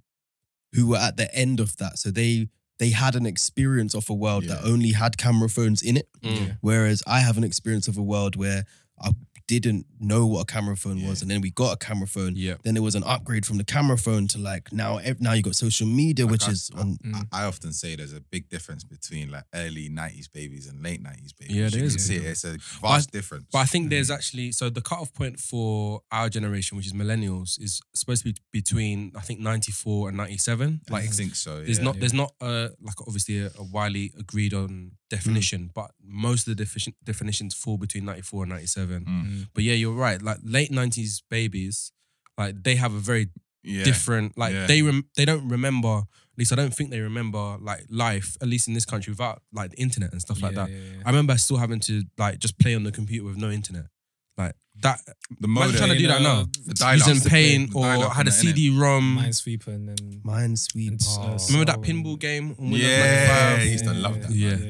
S1: who were at the end of that. So they, they had an experience of a world that
S4: Yeah.
S1: only had camera phones in it.
S2: Mm.
S1: Whereas I have an experience of a world where I didn't know what a camera phone was,
S4: Yeah.
S1: and then we got a camera phone.
S2: Yeah.
S1: Then there was an upgrade from the camera phone to like now. ev- Now you got social media,
S4: Like
S1: which
S4: I-
S1: is on.
S4: I, I often say there's a big difference between like early '90s babies and late '90s babies.
S2: Yeah, there
S4: you
S2: is
S4: can
S2: a
S4: see
S2: big
S4: it. It's a vast difference.
S2: But I think there's actually so the cutoff point for our generation, which is millennials, is supposed to be between I think 94 and 97.
S4: I
S2: Like
S4: think so.
S2: there's
S4: yeah.
S2: not there's not a like obviously a, a widely agreed on definition,
S1: Mm.
S2: but most of the defi- definitions fall between 94 and 97.
S4: Mm.
S2: But yeah, you're right. Like late 90s babies, like they have a very
S4: yeah.
S2: different like
S4: Yeah.
S2: they rem- they don't remember at least I don't think they remember like life at least in this country without like the internet and stuff like
S3: Yeah,
S2: that.
S3: yeah, yeah.
S2: I remember still having to like just play on the computer with no internet. Like that,
S4: The
S2: man
S4: modem,
S2: trying to do that now.
S4: the
S2: He's
S4: dial-up,
S2: in
S4: the
S2: pain
S4: the
S2: or
S4: dial-up
S2: had
S4: and
S2: a
S4: the internet.
S2: CD-ROM.
S3: Minesweeper and then.
S1: Minesweeper.
S3: and, uh,
S2: Remember that
S3: Cell
S2: pinball
S3: and-
S2: game? on Windows
S4: Yeah,
S2: 95?
S4: I used to love that,
S2: Yeah.
S1: I used to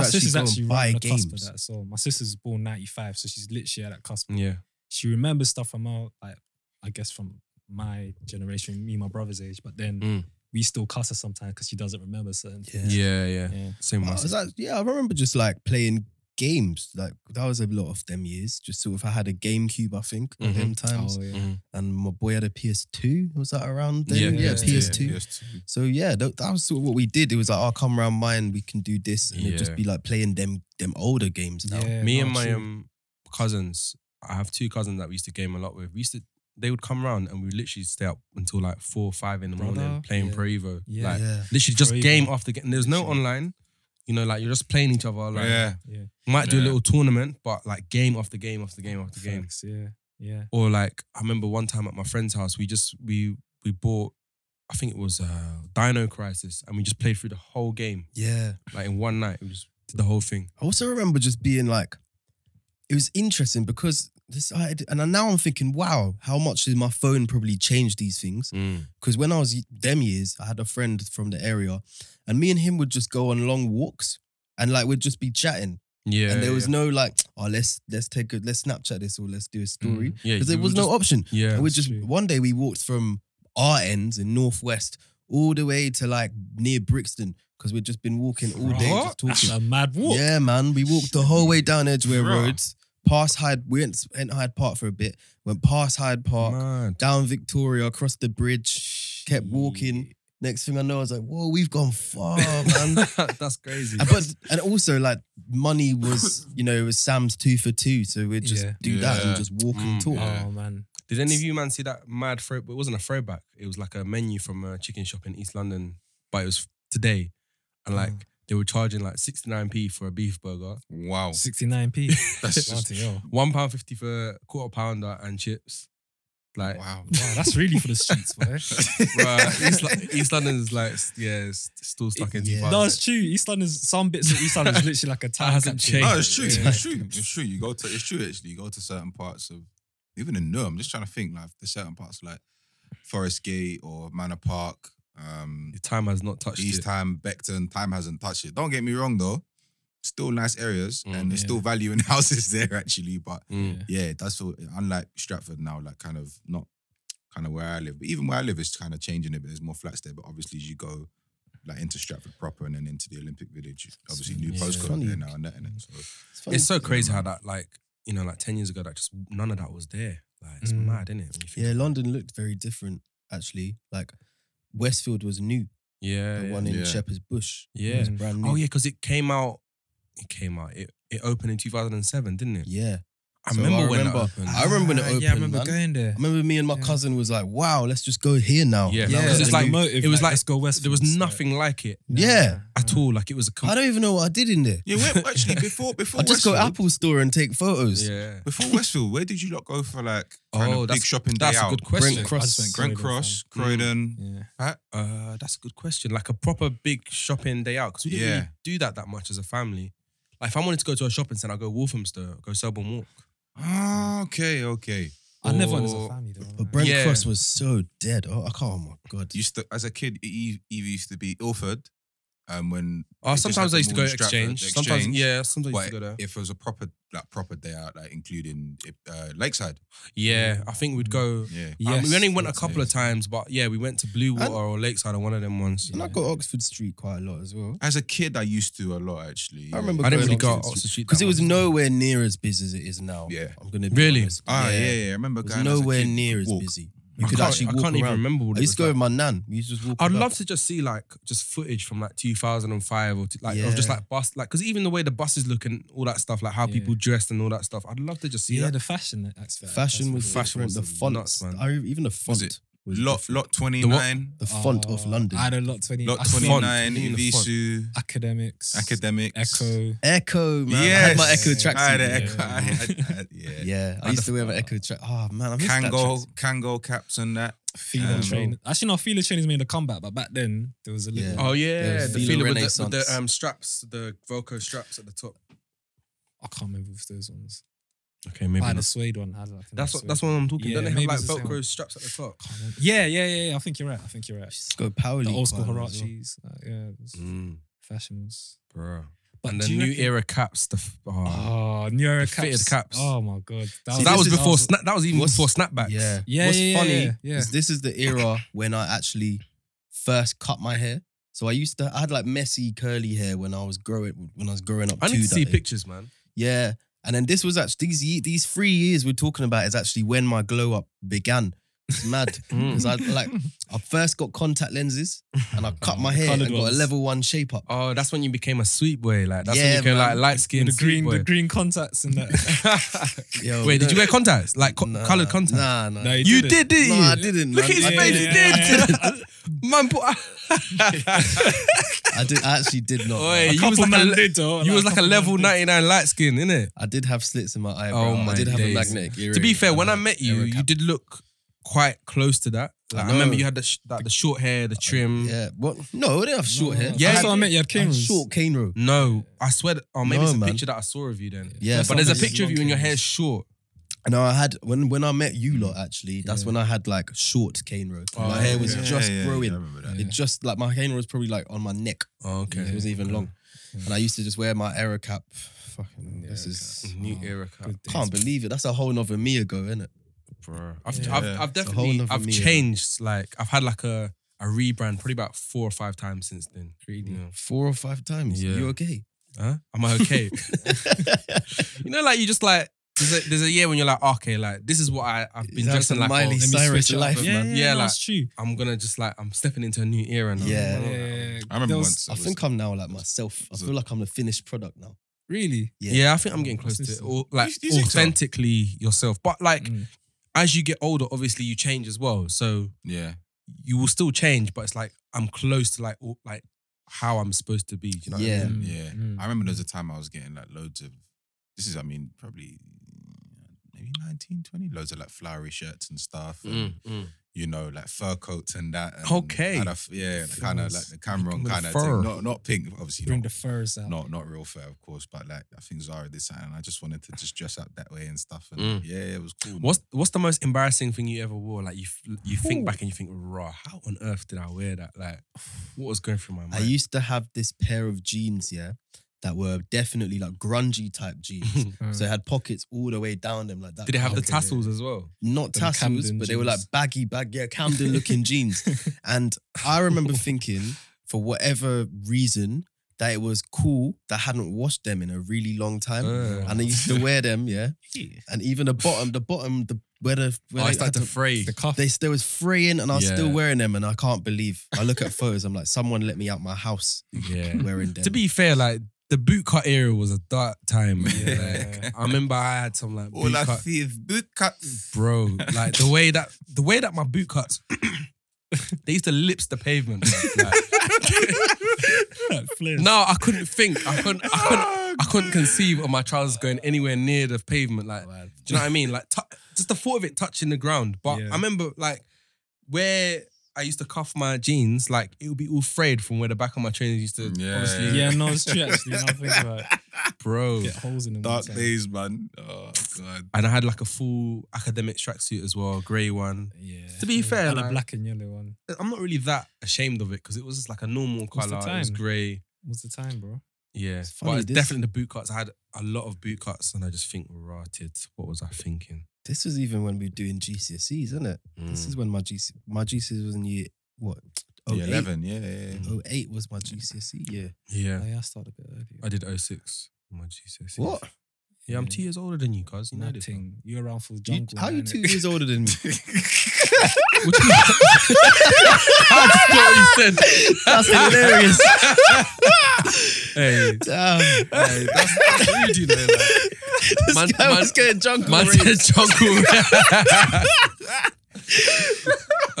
S3: My
S1: actually
S3: sister's
S1: go and
S3: actually
S1: buy
S3: right on the cusp of
S1: games.
S3: that. So my sister's born '95, so she's literally at that cusp.
S2: Yeah.
S3: She remembers stuff from our, like, I guess from my generation, me, and my brother's age. But then
S2: Mm.
S3: we still cuss her sometimes because she doesn't remember certain.
S1: Yeah.
S2: yeah, yeah, yeah.
S3: Yeah.
S2: Same
S1: I
S2: with
S1: was
S2: us.
S1: like, yeah, I remember just like playing games. Like that was a lot of them years. Just sort of, I had a GameCube, I think, at
S2: Mhm.
S1: them times,
S3: Oh yeah.
S2: Mhm.
S1: and my boy had a PS2. Was that around then?
S2: Yeah,
S3: yeah,
S1: PS2.
S4: Yeah, PS2.
S1: So yeah, that, that was sort of what we did. It was like, oh, come around mine, we can do this, and it'd just
S2: Yeah.
S1: be like playing them them older games now.
S3: Yeah,
S2: Me
S3: no,
S2: and my
S3: sure.
S2: um, cousins, I have two cousins that we used to game a lot with. We used to, they would come round and we would literally stay up until like four or five in the morning
S3: Brother.
S2: playing
S3: Yeah.
S2: Pro Evo.
S3: Yeah.
S2: Like,
S1: yeah.
S2: literally just
S3: Pro Evo.
S2: game after game. There's no
S3: Literally.
S2: online. You know, like you're just playing each other. Like,
S4: yeah.
S2: might do a
S4: Yeah.
S2: little tournament, but like game after game after game after game.
S3: Facts, yeah. Yeah.
S2: Or like I remember one time at my friend's house, we just we we bought, I think it was uh, Dino Crisis, and we just played through the whole game
S1: Yeah.
S2: like in one night. We just did the whole thing.
S1: I also remember just being like, it was interesting because this, I, and now I'm thinking, wow, how much has my phone probably changed these things? Because when I was them years, I had a friend from the area, and me and him would just go on long walks, and like we'd just be chatting,
S2: Yeah,
S1: and there was
S2: yeah. Mm.
S1: no like, oh, let's let's take a let's Snapchat this or let's do a story
S2: yeah,
S1: because
S2: you
S1: there
S2: were
S1: was no
S2: just-
S1: option.
S2: yeah.
S1: And we
S3: that's
S1: just
S3: true.
S1: one day we walked from our ends in northwest all the way to like near Brixton because we'd just been walking all day,
S2: Bruh.
S1: just talking.
S3: That's a mad walk.
S1: Yeah, man. We walked the whole way down Edgware
S2: Bruh.
S1: Road, past Hyde. We went, went Hyde Park for a bit. Went past Hyde Park,
S2: Mad.
S1: down Victoria, across the bridge. Kept walking. Next thing I know, I was like, "Whoa, we've gone far, man."
S2: That's crazy.
S1: And- but and also like money was you know it was Sam's two for two, so we'd just
S3: Yeah.
S1: do that
S4: Yeah.
S1: and just walk and
S2: Mm,
S1: talk.
S4: yeah.
S3: Oh man.
S2: Did any of you man see that mad throw? It wasn't a throwback. It was like a menu from a chicken shop in East London, but it was today, and like they were charging like sixty nine p for a beef burger,
S4: Wow.
S3: 69p.
S4: That's just
S3: Bloody hell.
S2: one pound fifty for a quarter pounder and chips. Like,
S4: wow.
S3: Wow, that's really for the streets, boy.
S2: bruh, East, Lo- East London is like, s- yeah, it's still stuck in
S1: Yeah.
S2: 2000.
S3: No, it's true. East London's some bits of East London's literally like a town
S2: hasn't
S3: capture.
S2: changed.
S4: No, it's true.
S3: Yeah.
S4: It's true. It's true. You go to it's true actually. You go to certain parts of even in Newham. I'm just trying to think like there's certain parts like Forest Gate or Manor Park, um,
S2: The time has not touched
S4: East
S2: it.
S4: Time, Beckton. Time hasn't touched it. Don't get me wrong though. Still nice areas
S2: Mm,
S4: and there's
S3: yeah.
S4: still value in houses there actually. But
S2: Mm.
S4: yeah, that's all. Unlike Stratford now, like kind of not kind of where I live, but even where I live is kind of changing it. But there's more flats there. But obviously, as you go like into Stratford proper and then into the Olympic Village, obviously new
S3: Yeah.
S4: postcode
S1: Funny.
S4: up there now and that. And then, so
S1: It's funny.
S2: It's so crazy how
S4: man.
S2: that, like, you know, like 10 years ago, that just none of that was there. Like, it's
S3: Mm.
S2: mad, isn't it? When you think
S1: yeah, London looked very different actually. Like Westfield was new,
S2: yeah,
S1: the
S2: yeah.
S1: one in
S4: Yeah.
S1: Shepherd's Bush.
S2: Yeah.
S1: It was brand new.
S2: Oh, yeah, because it came out, it came out, it, it opened in 2007, didn't it?
S1: yeah.
S2: I
S1: So
S2: remember
S1: I
S2: when
S1: remember-
S2: that opened.
S1: I remember when it
S3: Ah,
S1: opened.
S3: Yeah, I remember
S1: man.
S3: going there.
S1: I remember me and my
S3: Yeah.
S1: cousin was like, "Wow, let's just go here now."
S2: Yeah,
S1: That
S2: no,
S1: was
S2: it's
S1: the
S2: like-
S1: new-
S3: motive,
S2: it was like-
S3: let's go west.
S2: there was nothing like it
S1: Yeah.
S2: at all. Like, it was a
S1: I
S2: complete.
S1: don't even know what I did in there.
S4: yeah, where, actually before before
S1: I just go
S4: Westfield,
S1: Apple Store and take photos.
S2: Yeah.
S4: before Westfield, where did you lot go for like kind
S2: Oh,
S4: of
S2: that's-
S4: big shopping day
S2: That's a
S4: out?
S2: good question.
S1: Brent Cross.
S4: Grant
S1: um,
S4: Cross,
S1: mm.
S4: Croydon.
S3: Yeah.
S2: Uh, that's a good question. Like a proper big shopping day out because we didn't
S4: Yeah.
S2: really do that that much as a family. Like if I wanted to go to a shopping centre, I'd go Walthamstow, I'd go Selborne Walk.
S4: Ah, okay, okay.
S3: I never understood
S2: Or-
S3: family though.
S1: But Brent
S2: Yeah.
S1: Cross was so dead. Oh, I can't. Oh my god.
S4: Used to as a kid, Eve, Eve used to be Ilford. Um, when
S2: Oh,
S4: It just
S2: sometimes I used to go
S4: happened more in
S2: exchange.
S4: Stratford, the
S2: Sometimes,
S4: exchange.
S2: yeah, sometimes I used
S4: But
S2: to go there.
S4: if it was a proper like proper day out, like including uh, Lakeside,
S2: Yeah, I think we'd go.
S4: yeah,
S2: I mean, Um, we only went a
S4: yes,
S2: couple of
S4: yes.
S2: times, but yeah, we went to Blue Water
S1: And-
S2: or Lakeside or one of them ones.
S1: And I got Oxford Street quite a lot as well.
S4: As a kid, I used to a lot actually.
S1: I remember
S2: I didn't really
S1: going
S2: go
S1: to
S2: out
S1: Oxford
S2: Oxford Street
S1: Because
S2: that
S1: it was
S2: much.
S1: nowhere near as busy as it is now.
S4: Yeah.
S1: I'm gonna be
S2: Really?
S1: honest.
S4: Ah, yeah, yeah, I remember
S1: It was
S4: going. as a
S1: nowhere
S4: kid,
S1: near as
S4: walk.
S1: busy.
S2: I
S1: You could
S2: can't-
S1: actually
S2: I
S1: walk
S2: can't
S1: around.
S2: even remember. What
S1: I
S2: it
S1: used to
S2: was
S1: go
S2: like.
S1: with my nan. We used to just walk.
S2: I'd
S1: about.
S2: love to just see like just footage from like 2005 or t- like of just
S1: Yeah.
S2: like bus like because even the way the buses look and all that stuff like how
S3: Yeah.
S2: people dressed and all that stuff I'd love to just see
S3: Yeah,
S2: that.
S3: the fashion aspect.
S1: Fashion was
S2: fashion
S1: different. The
S2: was
S1: font,
S2: nuts, man.
S1: even the font
S4: it
S1: was
S4: Lot
S2: Ah.
S1: different.
S4: lot twenty nine,
S1: the font of London.
S3: Oh, I had a lot twenty.
S4: lot
S3: I
S2: font.
S4: twenty
S3: think
S4: nine,
S2: You mean the font.
S4: Evisu,
S3: Academics.
S4: academics,
S3: Echo.
S1: Echo, man. I had my
S4: Yes.
S1: Echo
S4: I had
S1: tracksuit.
S4: an Echo. I had- I had-
S1: Yeah.
S4: yeah.
S1: I used to wear my Echo track. Oh man, I miss that
S4: Kango,
S1: tracksuit.
S4: Kango caps and that.
S3: Fila
S4: Um,
S3: train. Actually, no, Fila train has made a comeback, but back then there was a little.
S1: Yeah.
S2: Oh yeah,
S1: Yeah, Fila
S2: the feeling with the, with
S1: Renaissance.
S2: the um, straps, the Velcro straps at the top.
S3: I can't remember if those ones.
S2: Okay,
S3: I
S2: maybe
S1: Ah,
S3: had a suede one. I had like
S2: That's what that's what I'm talking.
S3: Yeah,
S2: Don't they have
S3: maybe
S2: like
S3: it's the same
S2: Velcro
S3: one.
S2: straps at the top?
S3: Yeah, yeah, yeah, yeah. I think you're right. I think you're right.
S1: Just go power
S3: The
S1: League
S3: old school
S1: vibe as well.
S3: Harachis. Uh, yeah, it was
S4: Mm,
S3: fashion was.
S2: bro.
S3: But
S2: Mm. and the
S3: do you
S2: new
S3: reckon-
S2: era caps. The f- oh.
S3: Oh, new era
S2: The fitted
S3: caps.
S2: caps.
S3: Oh my god,
S2: So that
S1: Ah, this
S2: was
S1: is-
S2: before. Sna- that was even
S1: what's-
S2: before snapbacks.
S1: Yeah.
S3: Yeah,
S1: What's
S3: yeah, yeah,
S1: funny
S3: yeah, yeah.
S1: is this is the era when I actually first cut my hair. So I used to I had like messy curly hair when I was growing when I was growing up.
S2: I
S1: too,
S2: need to
S1: that
S2: see
S1: is.
S2: pictures, man.
S1: Yeah. And then this was actually these ye- these three years we're talking about is actually when my glow up began. It's mad because I like I first got contact lenses and I cut my hair and
S3: coloured
S1: got a
S3: ones.
S1: level one shape up.
S2: Oh, that's when you became a sweet boy. Like that's when
S1: Yeah,
S2: you became like
S1: man.
S2: light skinned
S3: the green,
S2: boy.
S3: the green contacts and that.
S1: Yo,
S2: Wait, did
S1: no-
S2: you wear contacts? Like co-
S1: nah,
S2: colored contacts?
S1: Nah, nah.
S3: No, he
S2: you
S3: didn't.
S2: did, didn't
S1: No,
S2: you?
S1: I didn't.
S2: Look
S1: man.
S2: at his
S1: I
S2: face.
S1: didn't.
S2: he did. man, put.
S1: I did. I actually did not.
S2: Oi,
S1: man.
S2: you was
S3: Couple
S2: like a
S3: man
S2: le-
S3: did though,
S2: you was like a
S3: couple
S2: level
S3: man did.
S2: ninety nine light skin, innit?
S1: I did have slits in my eyebrow.
S2: Oh my
S1: I did have
S2: days.
S1: a magnetic earring.
S2: To be fair, when I
S1: and a
S2: met you,
S1: error
S2: you
S1: cap.
S2: did look quite close to that. Like, I,
S1: know.
S2: remember you had the, sh- that, the short hair, the trim.
S1: Yeah. What? No, I didn't have short hair.
S2: Yeah,
S3: Yeah,
S1: I
S3: that's
S1: had,
S3: what I meant. You had
S1: I had
S3: cameras.
S1: short cane row.
S2: No, I swear. that- Oh, maybe
S1: No,
S2: it's a
S1: man.
S2: picture that I saw of you then.
S1: Yeah.
S2: But there's a
S3: Sometimes
S2: picture of you and your hair's
S3: it's
S2: short.
S1: No, I had when when I met you lot. Actually, that's when I had like short cane row.
S2: Oh,
S1: my hair was
S2: okay.
S1: just
S4: Yeah, yeah, yeah,
S1: growing.
S4: I remember that.
S1: It just like my cane row was probably like on my neck.
S2: Oh,
S1: It wasn't even long. And I used to just wear my error cap. Fucking, this is.
S2: New era cap,
S3: Good days.
S1: Can't believe it. That's a whole nother me ago, isn't it?
S2: bro. I've,
S3: Yeah.
S2: I've, I've
S1: It's a whole
S2: definitely
S1: nother
S2: I've
S1: me,
S2: changed. Like I've had like a I rebrand probably about four or five times since then.
S1: Really?
S2: Yeah.
S1: Four or five times.
S2: Yeah.
S1: You okay?
S2: Huh? Am I okay? you know, like you just like there's a, there's a year when you're like, okay, like this is what I I've been
S1: That's
S2: dressing
S1: a
S2: like.
S1: Miley
S2: oh,
S3: me
S1: Cyrus
S3: switch up,
S1: life,
S3: yeah,
S1: man.
S3: yeah,
S2: Yeah,
S3: no,
S2: like-
S3: it's true.
S2: I'm gonna just like I'm stepping into a new era now.
S1: Yeah.
S3: Yeah,
S2: yeah.
S3: yeah, yeah.
S4: I remember
S3: There was-
S4: once.
S1: I think I'm now like myself. I feel like I'm the finished product now.
S3: really.
S1: Yeah.
S2: I think I'm getting close to it. Or, like
S4: You- you think so?
S2: authentically yourself, but like
S3: Mm.
S2: as you get older, obviously you change as well. So
S4: Yeah.
S2: you will still change, but it's like I'm close to like all, like how I'm supposed to be. do You know
S1: Yeah.
S2: What I mean?
S3: Mm,
S4: Yeah.
S3: mm.
S4: I remember there was a time I was getting like loads of, this is, I mean, probably maybe 19, 20, loads of like flowery shirts and stuff.
S1: Mm.
S4: And,
S2: Mm,
S4: You know, like fur coats and that. And
S2: Okay.
S4: had a f- yeah, kind of like the Cameron
S2: With
S4: kind of
S2: fur.
S4: thing. Not, not pink, obviously.
S3: Bring
S4: not,
S3: the furs out.
S4: not not real fair, of course, but like I think Zara did something. And I just wanted to just dress up that way and stuff. And
S2: Mm.
S4: yeah, it was cool.
S2: What's what's the most embarrassing thing you ever wore? Like you f- you think
S3: Ooh.
S2: back and you think, raw, how on earth did I wear that? Like, what was going through my mind?
S1: I used to have this pair of jeans, yeah, that were definitely like grungy type jeans.
S3: Uh,
S1: so it had pockets all the way down them, like that.
S2: did it have the
S1: Okay, yeah.
S2: tassels as well?
S1: Not
S3: Them
S1: tassels,
S3: Camden
S1: but they were like
S3: jeans.
S1: baggy, bag, yeah, Camden looking jeans. And I remember thinking, for whatever reason, that it was cool that I hadn't washed them in a really long time.
S2: Uh.
S1: and I used to wear them, yeah.
S3: Yeah.
S1: And even the bottom, the bottom, the where the where
S2: Oh,
S1: they
S2: I started
S1: had
S2: to fray.
S3: the cuff.
S1: they there was fraying and I was still
S2: Yeah.
S1: wearing them and I can't believe I look at photos I'm like someone let me out my house
S2: Yeah.
S1: wearing them
S2: to be fair, like the bootcut era was a dark time. man.
S3: Yeah.
S2: Like, I remember I had some like
S4: all I
S2: bootcut,
S4: see is boot cuts.
S2: bro. Like the way that the way that my bootcuts, they used to lips the pavement. bruv. Like, Mm. No, I couldn't think. I couldn't. I couldn't. I couldn't conceive of my trousers going anywhere near the pavement. Like, do you know what I mean? Like, tou- just the thought of it touching the ground. But
S3: Yeah.
S2: I remember, like, where I used to cuff my jeans, like it would be all frayed from where the back of my trainers used to.
S4: Mm, Yeah.
S2: obviously,
S3: yeah, no, it's true. Actually, now I think about it.
S2: bro.
S3: Get holes in them.
S4: Dark
S3: sometimes.
S4: days, man. Oh god.
S2: And I had like a full academic tracksuit as well, grey one.
S3: Yeah.
S2: To be fair,
S3: and a
S2: like-
S3: black and yellow one.
S2: I'm not really that ashamed of it because it was just like a normal
S3: was
S2: color.
S3: the
S2: It was
S3: time?
S2: grey.
S3: What's the time, bro?
S2: Yeah,
S1: It's funny,
S2: but it's
S1: this-
S2: definitely the boot cuts. I had a lot of boot cuts, and I just think rotted. What was I thinking?
S1: this was even when we were doing GCSEs isn't it this
S2: Mm.
S1: is when my GC my GCSEs was in year what Oh
S4: Yeah,
S1: eight.
S4: Eleven, yeah, yeah, yeah.
S1: Oh, 08 was my GCSE E year
S2: yeah.
S3: Oh, yeah, I started a bit earlier.
S2: I did 06. My GCSE.
S1: what
S2: Yeah, I'm
S3: Yeah.
S2: two years older than you, cuz. You know this. man.
S3: Nothing. You're around for the
S1: you,
S3: jungle.
S1: how you
S3: man,
S1: two
S3: innit?
S1: years older than me
S2: What you- I just thought you said.
S1: that's hilarious
S2: Hey,
S1: Damn.
S2: hey, that's, that's rude, you know. Like,
S1: this
S2: Man-
S1: guy
S2: man-
S1: was getting drunk
S2: man
S1: already.
S2: said jungle.
S4: Oh,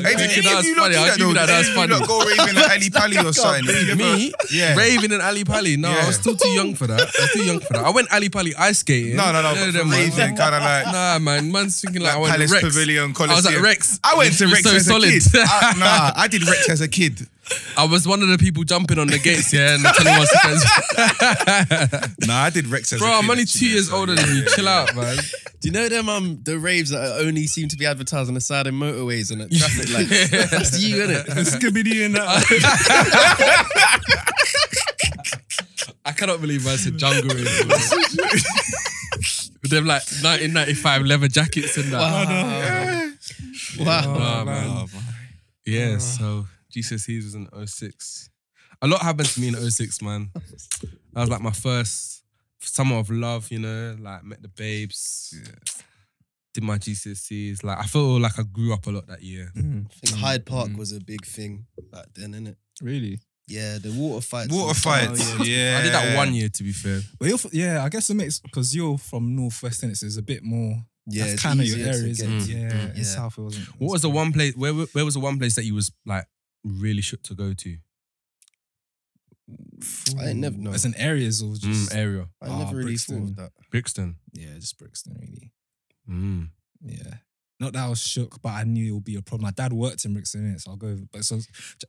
S1: Hey,
S2: I
S1: did
S2: think
S1: any
S2: that
S1: of
S2: was funny. I'll give you that. That was funny.
S4: Go raving like Ali Pali or something. Did you ever-
S2: Me,
S4: Yeah.
S2: raving in Ali Pali. No, I was
S4: Yeah.
S2: still too young for that. I was too young for that. I went Ali Pali ice skating.
S4: No, no, no.
S2: Yeah,
S4: but
S2: them, man.
S4: Raving kind of like, uh,
S2: Nah, man. Man's thinking like,
S4: like
S2: I went
S4: Palace
S2: to Rex.
S4: Pavilion,
S2: I was
S4: Coliseum.
S2: at Rex.
S4: I went to
S2: It was
S4: Rex
S2: so
S4: as
S2: solid.
S4: a kid. I, nah, I did Rex as a kid.
S2: I was one of the people jumping on the gates, yeah, and telling us friends.
S4: Nah, I did Rex as
S2: Bro,
S4: a kid.
S2: I'm only
S4: actually,
S2: two years
S4: so
S2: older
S4: yeah,
S2: than you.
S4: yeah,
S2: Chill
S4: yeah.
S2: out, man.
S1: do you know them um the raves that only seem to be advertised on the side of motorways and at traffic lights
S2: Yeah.
S1: that's you innit
S3: Scooby-Doo and that.
S2: I cannot believe I said jungle. Rave, bro. With them like 1995 leather jackets and that.
S1: Wow. wow
S2: Nah, man.
S4: Oh, man.
S2: Yeah,
S4: Uh-huh.
S2: so GCSEs E was in 06. A lot happened to me in 06, man. That was like my first summer of love, you know, like met the babes, did my GCSEs. Like I feel like I grew up a lot that year.
S1: think Hyde Park
S3: Mm.
S1: was a big thing back then, innit?
S3: Really?
S1: Yeah, the water fights.
S4: Water fights.
S1: Oh, yeah.
S4: yeah.
S2: I did that one year to be fair.
S3: But you're, fr- yeah, I guess it makes because you're from northwest and it's it's a bit more.
S1: Yeah,
S3: that's
S1: it's
S3: kind of your
S1: easier
S3: area,
S1: to
S3: isn't
S1: get
S3: it?
S1: to.
S3: Yeah,
S1: Yeah.
S3: in south it wasn't.
S2: Mm, What was the one place where where was the one place that you was like really shook to go to?
S1: I ain't never know.
S3: As an areas or just
S2: Mm, area.
S1: I
S3: Ah,
S1: never really thought
S3: Brixton.
S1: of that.
S2: Brixton.
S3: yeah, just Brixton really.
S2: Mm.
S3: Yeah. Not that I was shook, but I knew it would be a problem. My dad worked in Brixton, innit? so I'll go. But so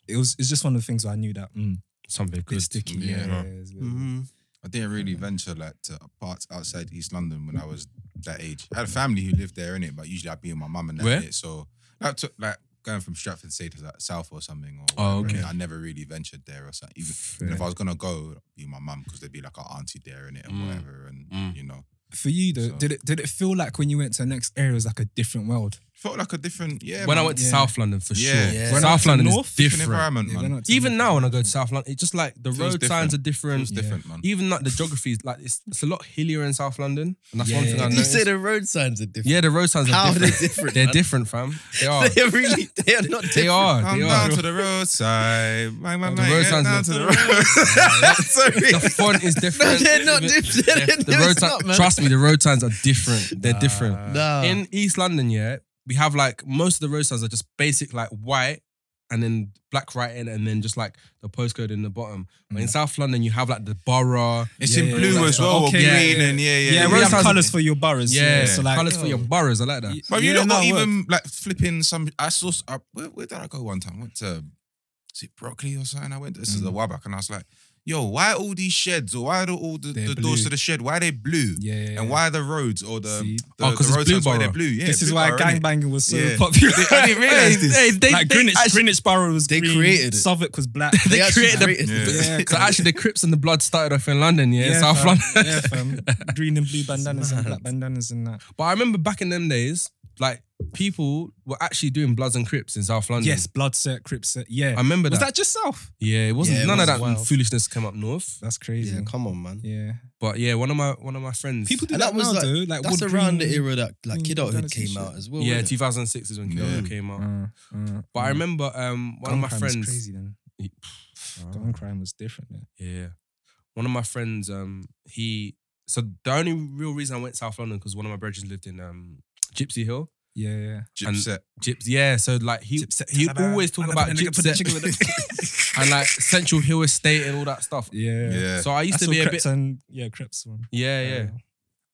S3: it was. It's just one of the things where I knew that. Mm,
S2: Something
S3: bit
S2: good.
S3: sticky.
S4: Yeah.
S3: Yeah.
S2: Yeah.
S3: it's a bit-
S1: Mm-hmm.
S4: I didn't really
S2: Mm-hmm.
S4: venture like to parts outside East London when I was that age. I had a family who lived there in it, but usually I'd be with my mum and
S2: Where?
S4: that. innit? So that took like going from Stratford say to like South or something. Or
S2: Oh,
S4: whatever,
S2: okay.
S4: I never really ventured there or something. Even, even
S2: Fair.
S4: if I was gonna go, it'd be my mum because there'd be like our auntie there in it and
S2: Mm.
S4: whatever. And
S2: Mm.
S4: you know,
S3: For you though,
S4: So-
S3: did it did it feel like when you went to the next area it was like a different world?
S4: felt like a different yeah.
S2: when I
S4: man.
S2: went to
S3: yeah.
S2: South London for
S4: Yeah.
S2: sure.
S1: Yeah.
S4: When I
S2: South
S4: went to
S2: London
S4: North,
S2: is
S4: different
S2: different.
S4: environment,
S3: Yeah,
S4: man.
S3: we're not
S2: Even
S3: too-
S2: now, when I go to South London, it's just like the road signs
S4: Feels
S2: are
S4: different. It
S2: different.
S4: was different, man.
S2: Even like the geography is like it's, it's a lot hillier in South London, and that's
S3: Yeah,
S2: one thing
S3: yeah,
S2: I
S3: yeah.
S1: You
S2: noticed.
S1: say the road signs are different.
S2: yeah, the road signs are
S1: How are they
S2: different.
S1: different,
S2: They're
S1: man?
S2: different, fam. They are.
S1: They are really. They are not.
S2: they are.
S4: Come
S2: They
S4: down
S2: are. Oh,
S4: to the roadside. My, my,
S2: The
S4: my,
S2: road
S4: get
S2: signs
S4: down
S2: are-
S4: to the roadside. Sorry.
S2: The font is different.
S1: No, they're not
S2: Even-
S1: different.
S2: Yeah, the
S1: No,
S2: road
S1: it's
S2: ti-
S1: not, man.
S2: trust me, the road signs are different. They're different.
S1: Nah.
S2: In East London, yeah, we have like most of the road signs are just basic like white and then black writing and then just like the postcode in the bottom. But in
S1: Mm.
S2: South London, you have like the borough.
S4: It's
S3: Yeah,
S4: in
S3: yeah,
S4: blue
S3: yeah.
S4: as well, or
S3: Okay,
S4: green,
S2: yeah, yeah.
S4: and yeah, yeah.
S3: Yeah,
S2: we
S3: we
S2: have
S3: have
S2: colours-
S3: colors for your boroughs. Yeah, so like oh.
S2: colours for
S1: oh.
S2: your boroughs. I like that.
S4: But you
S3: Yeah,
S4: know,
S3: no,
S4: not
S3: it
S4: even like flipping some. I saw. s- I- where, where did I go one time? I went to is it broccoli or something? I went. This
S2: Mm.
S4: is a while back, and I was like, "Yo, why all these sheds? Or why are all the,
S3: They're
S4: the doors
S3: blue.
S4: to the shed? Why are they blue?
S3: Yeah, yeah, yeah.
S4: And why are the roads or the
S3: See?
S4: the,
S2: Oh, 'cause it's
S4: the road
S2: blue
S4: signs, why
S2: borough.
S4: they're blue? Yeah,
S3: this is
S4: blue
S3: why
S4: borough, innit?
S3: gangbanging was so
S4: Yeah.
S3: popular.
S4: I didn't realize this.
S2: Hey, they,
S3: like
S2: they
S3: Greenwich,
S2: actually-
S3: Greenwich Borough was
S1: They
S3: green,
S1: created it.
S3: Southwark was black.
S1: They
S2: actually
S1: actually created.
S2: created
S4: Yeah.
S1: it.
S3: yeah,
S2: So actually, the Crips and the Blood started off in London, yeah, South
S3: fam.
S2: London.
S3: yeah, fam. Green and blue bandanas and black bandanas and that.
S2: But I remember back in them days, like people were actually doing Bloods and Crips in South London.
S3: Yes, blood set, crip set. Yeah.
S2: I remember
S3: was
S2: that.
S3: that just South?
S2: Yeah, it wasn't
S1: Yeah, it
S2: none
S1: was
S2: of that
S1: wild.
S2: foolishness came up north.
S3: That's crazy.
S1: Yeah,
S3: Yeah.
S1: come on, man.
S2: But yeah, one of my one of my friends.
S3: People do
S1: And
S3: that,
S1: that was
S3: now,
S1: like-
S3: though. Like
S1: That's
S3: wood
S1: around the
S3: green.
S1: era that like
S3: Mm,
S1: Kid
S3: banana
S1: Adulthood came
S3: t-shirt.
S1: out as well.
S2: yeah,
S1: wasn't it?
S2: 2006 is when Kid
S4: Yeah.
S2: Ultra came out.
S3: Mm, mm,
S2: But I
S3: mm.
S2: remember um one
S3: Gun
S2: of my
S3: crime was
S2: friends. Uh,
S3: Crazy then. Gun crime was different. Then.
S2: Yeah. One of my friends, um, he so the only real reason I went to South London because one of my brothers lived in um Gypsy Hill.
S3: Yeah, yeah.
S4: Gypset.
S2: And- Gyps, yeah. So like he he always talk about Gypset and like Central Hill Estate and all that stuff.
S3: Yeah.
S4: yeah.
S2: So I used
S3: That's
S2: to be
S3: all
S2: a
S3: Crips
S2: bit
S3: and yeah, Crips one. Uh,
S2: yeah yeah.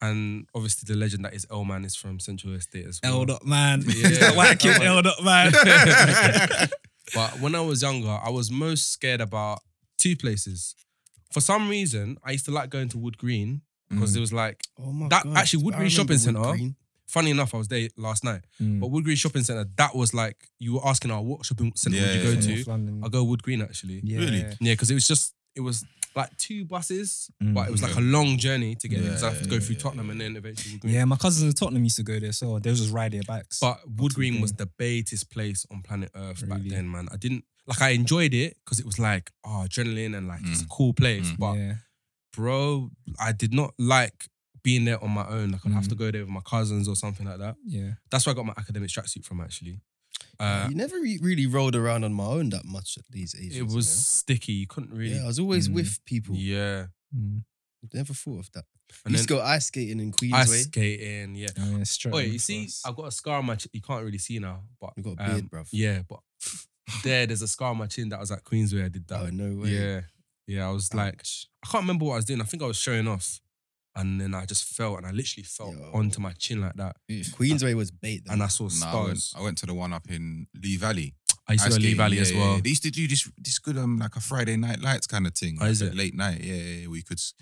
S2: And obviously the legend that is L Man is from Central Hill Estate as well.
S3: L dot man.
S2: Yeah.
S3: Is that whack
S2: Oh
S3: it,
S2: my-
S3: L dot man?
S2: But when I was younger, I was most scared about two places. For some reason, I used to like going to Wood Green
S3: Mm,
S2: because it was like,
S1: Oh my
S2: That-
S1: God.
S2: actually,
S1: I
S2: Woodbury
S1: remember
S2: Shopping Centre.
S1: Woodgreen.
S2: funny enough, I was there last night.
S3: mm.
S2: But Wood Green Shopping Centre, that was like, you were asking, oh, what shopping centre
S4: Yeah,
S2: would you
S4: yeah,
S2: go
S4: yeah.
S2: to? I'll go Wood Green actually. Yeah,
S3: Yeah.
S4: Really?
S2: because it was just, it was like two buses,
S3: Mm.
S2: but it was like
S4: Okay.
S2: a long journey to get there because I
S4: Yeah,
S2: have to go
S4: yeah,
S2: through
S4: yeah,
S2: Tottenham
S4: yeah.
S2: and then eventually Wood Green.
S3: Yeah, my cousins in Tottenham used to go there, so they would just ride their bikes.
S2: But Wood Green was
S3: thing.
S2: the baitest place on planet Earth back
S3: Really?
S2: then, man. I didn't like I enjoyed it because it was like oh adrenaline and like it's a cool place.
S4: Mm.
S2: But
S3: yeah.
S2: bro, I did not like being there on my own. Like I'd have
S3: Mm.
S2: to go there with my cousins or something like that.
S3: yeah.
S2: That's where I got my academic tracksuit from actually. Uh,
S1: you never re- really rolled around on my own that much at these ages.
S2: it was sticky. You couldn't
S1: you know?
S2: really.
S1: Yeah, I was always
S3: Mm.
S1: with people.
S2: Yeah.
S3: Mm.
S1: Never thought of that. I
S2: And
S1: used
S2: then
S1: to go ice skating in
S2: ice
S1: Queensway.
S2: skating. Yeah.
S3: Oh, yeah, straight
S2: Oh,
S3: on
S2: you
S3: for
S2: see,
S3: us.
S2: I've got a scar on my chin. You can't really see now, but
S1: You got a
S2: um,
S1: beard, bruv.
S2: yeah, but there, there's a scar on my chin that was at Queensway. I did that.
S1: Oh, no way.
S2: Yeah. Yeah, I was like, I can't remember what I was doing. I think I was showing off. And then I just fell and I literally fell
S1: Yo.
S2: onto my chin like that.
S1: Queensway was bait. Though.
S2: And I saw
S4: Nah, I, went,
S2: stars.
S4: I went to the one up in Lee Valley.
S2: I used to go to
S4: Ice
S2: Lee
S4: skating,
S2: Valley
S4: yeah,
S2: as
S4: yeah,
S2: well.
S4: yeah. They used to do this this good um like a Friday night lights kind of thing.
S2: Oh,
S4: like
S2: is
S4: a
S2: it?
S4: Late night, yeah, yeah, yeah. We could s-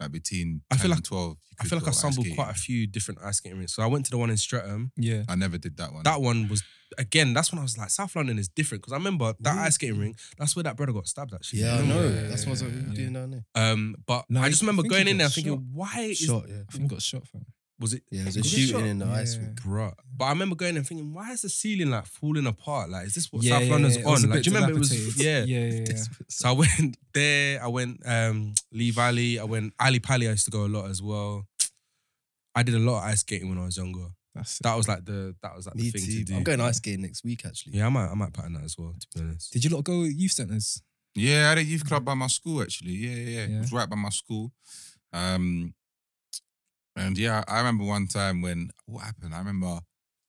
S4: like between
S2: I feel
S4: 10
S2: like-
S4: and twelve. you
S2: I
S4: could
S2: feel like
S4: go
S2: I
S4: ice
S2: sampled
S4: skating.
S2: quite a few different ice skating rinks. So I went to the one in Streatham.
S3: Yeah.
S4: I never did that one.
S2: That one was, again, that's when I was like, South London is different. Because I remember that
S1: Really?
S2: ice skating rink, that's where that brother got stabbed actually.
S1: yeah, I
S2: remember?
S1: know.
S3: Yeah,
S1: That's what I was
S3: yeah, yeah.
S1: doing down there.
S2: Um, but
S3: No,
S2: I
S3: he-
S2: just
S3: I
S2: remember
S3: think he
S2: going in
S3: got
S2: there
S3: shot.
S2: thinking, why is,
S1: Shot, yeah.
S3: I think got shot from.
S2: was it,
S1: Yeah, there's a
S2: Was it shot?
S1: shooting in the ice
S3: Yeah.
S1: rink.
S2: bruh? But I remember going and thinking, why is the ceiling like falling apart? Like, is this what
S3: Yeah,
S2: South
S3: yeah,
S2: London's
S3: yeah, it was a
S2: on? Like,
S3: bit
S2: do you remember it was,
S3: dilapidated.
S2: yeah.
S3: yeah, yeah, yeah.
S2: So I went there. I went um, Lee Valley. I went Ali Pali. I used to go a lot as well. I did a lot of ice skating when I was younger.
S3: That's it.
S2: That was like the that was like
S1: Me
S2: the thing to
S1: too.
S2: do.
S1: I'm going ice skating next week, actually.
S2: Yeah, I might I might pattern that as well. To be honest,
S3: Did you lot go youth centres?
S4: Yeah, I had a youth club by my school actually. Yeah, yeah, yeah.
S3: Yeah.
S4: It was right by my school. Um, and yeah, I remember one time when what happened. I remember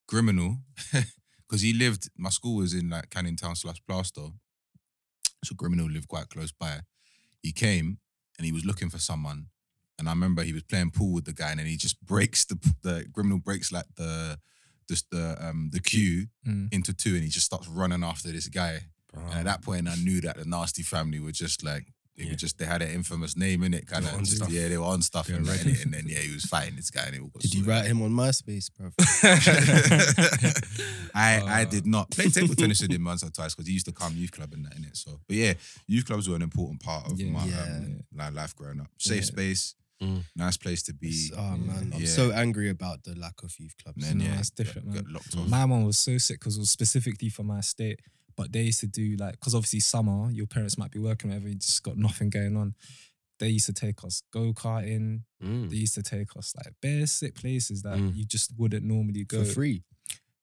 S4: Criminal because he lived. My school was in like Canning Town slash Plaster, so Criminal lived quite close by. He came and he was looking for someone, and I remember he was playing pool with the guy, and then he just breaks the the Criminal breaks like the just the um the queue
S3: Mm.
S4: into two, and he just starts running after this guy. And at that point, I knew that the nasty family were just like they
S2: Yeah.
S4: were just they had an infamous name in it, kind
S2: They were
S4: of.
S2: on
S4: Just,
S2: stuff.
S4: Yeah, they were on stuff
S2: They were
S4: and, that,
S2: ready.
S4: innit? and then yeah, he was fighting this guy and it all got
S1: Did you
S4: sorted.
S1: write him on MySpace, bro?
S4: I I
S2: Uh,
S4: did not play table tennis with him once or twice because he used to come youth club and that in it. So, but yeah, youth clubs were an important part of
S3: Yeah.
S4: my
S1: Yeah.
S4: Um, like, life growing up. Safe
S3: Yeah.
S4: space,
S2: Mm.
S4: Nice place to be.
S1: It's- oh man, I'm
S4: Yeah.
S1: so angry about the lack of youth clubs.
S4: And then,
S3: No,
S4: yeah,
S3: that's different,
S4: got,
S3: man.
S4: got locked off.
S3: My one was so sick because it was specifically for my state. But they used to do like, because obviously summer, your parents might be working, whatever, you just got nothing going on. They used to take us go karting. They used to take us like bare sick places that
S2: Mm.
S3: you just wouldn't normally go
S1: for free.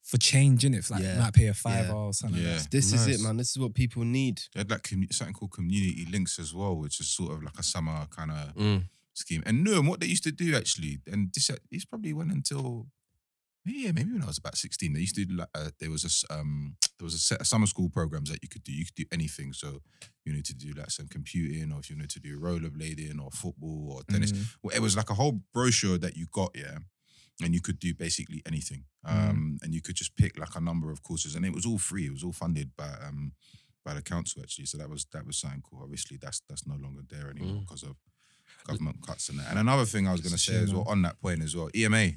S3: for change in it. Like
S1: Yeah.
S3: you might pay a five
S1: Yeah.
S3: or something.
S4: Yeah.
S3: Like
S1: This is
S2: Nice.
S1: it, man. This is what people need.
S4: They had like commu- something called community links as well, which is sort of like a summer kind of
S2: Mm.
S4: scheme. And no, and what they used to do actually, and this it's probably went until yeah, maybe when I was about sixteen, they used to do like uh, there was a s- um there was a set of summer school programs that you could do. You could do anything. So you need to do like some computing, or if you need to do rollerblading, or football, or
S3: that.
S4: tennis.
S3: Mm.
S4: Well, it was like a whole brochure that you got, yeah, and you could do basically anything.
S3: Mm.
S4: Um, and you could just pick like a number of courses, and it was all free. It was all funded by um by the council actually. So that was that was something cool. Obviously, that's that's no longer there anymore because of government cuts and that. And another thing I was going to
S3: Mm. It's a
S4: say as
S3: shame,
S4: well on that point as well, E EMA,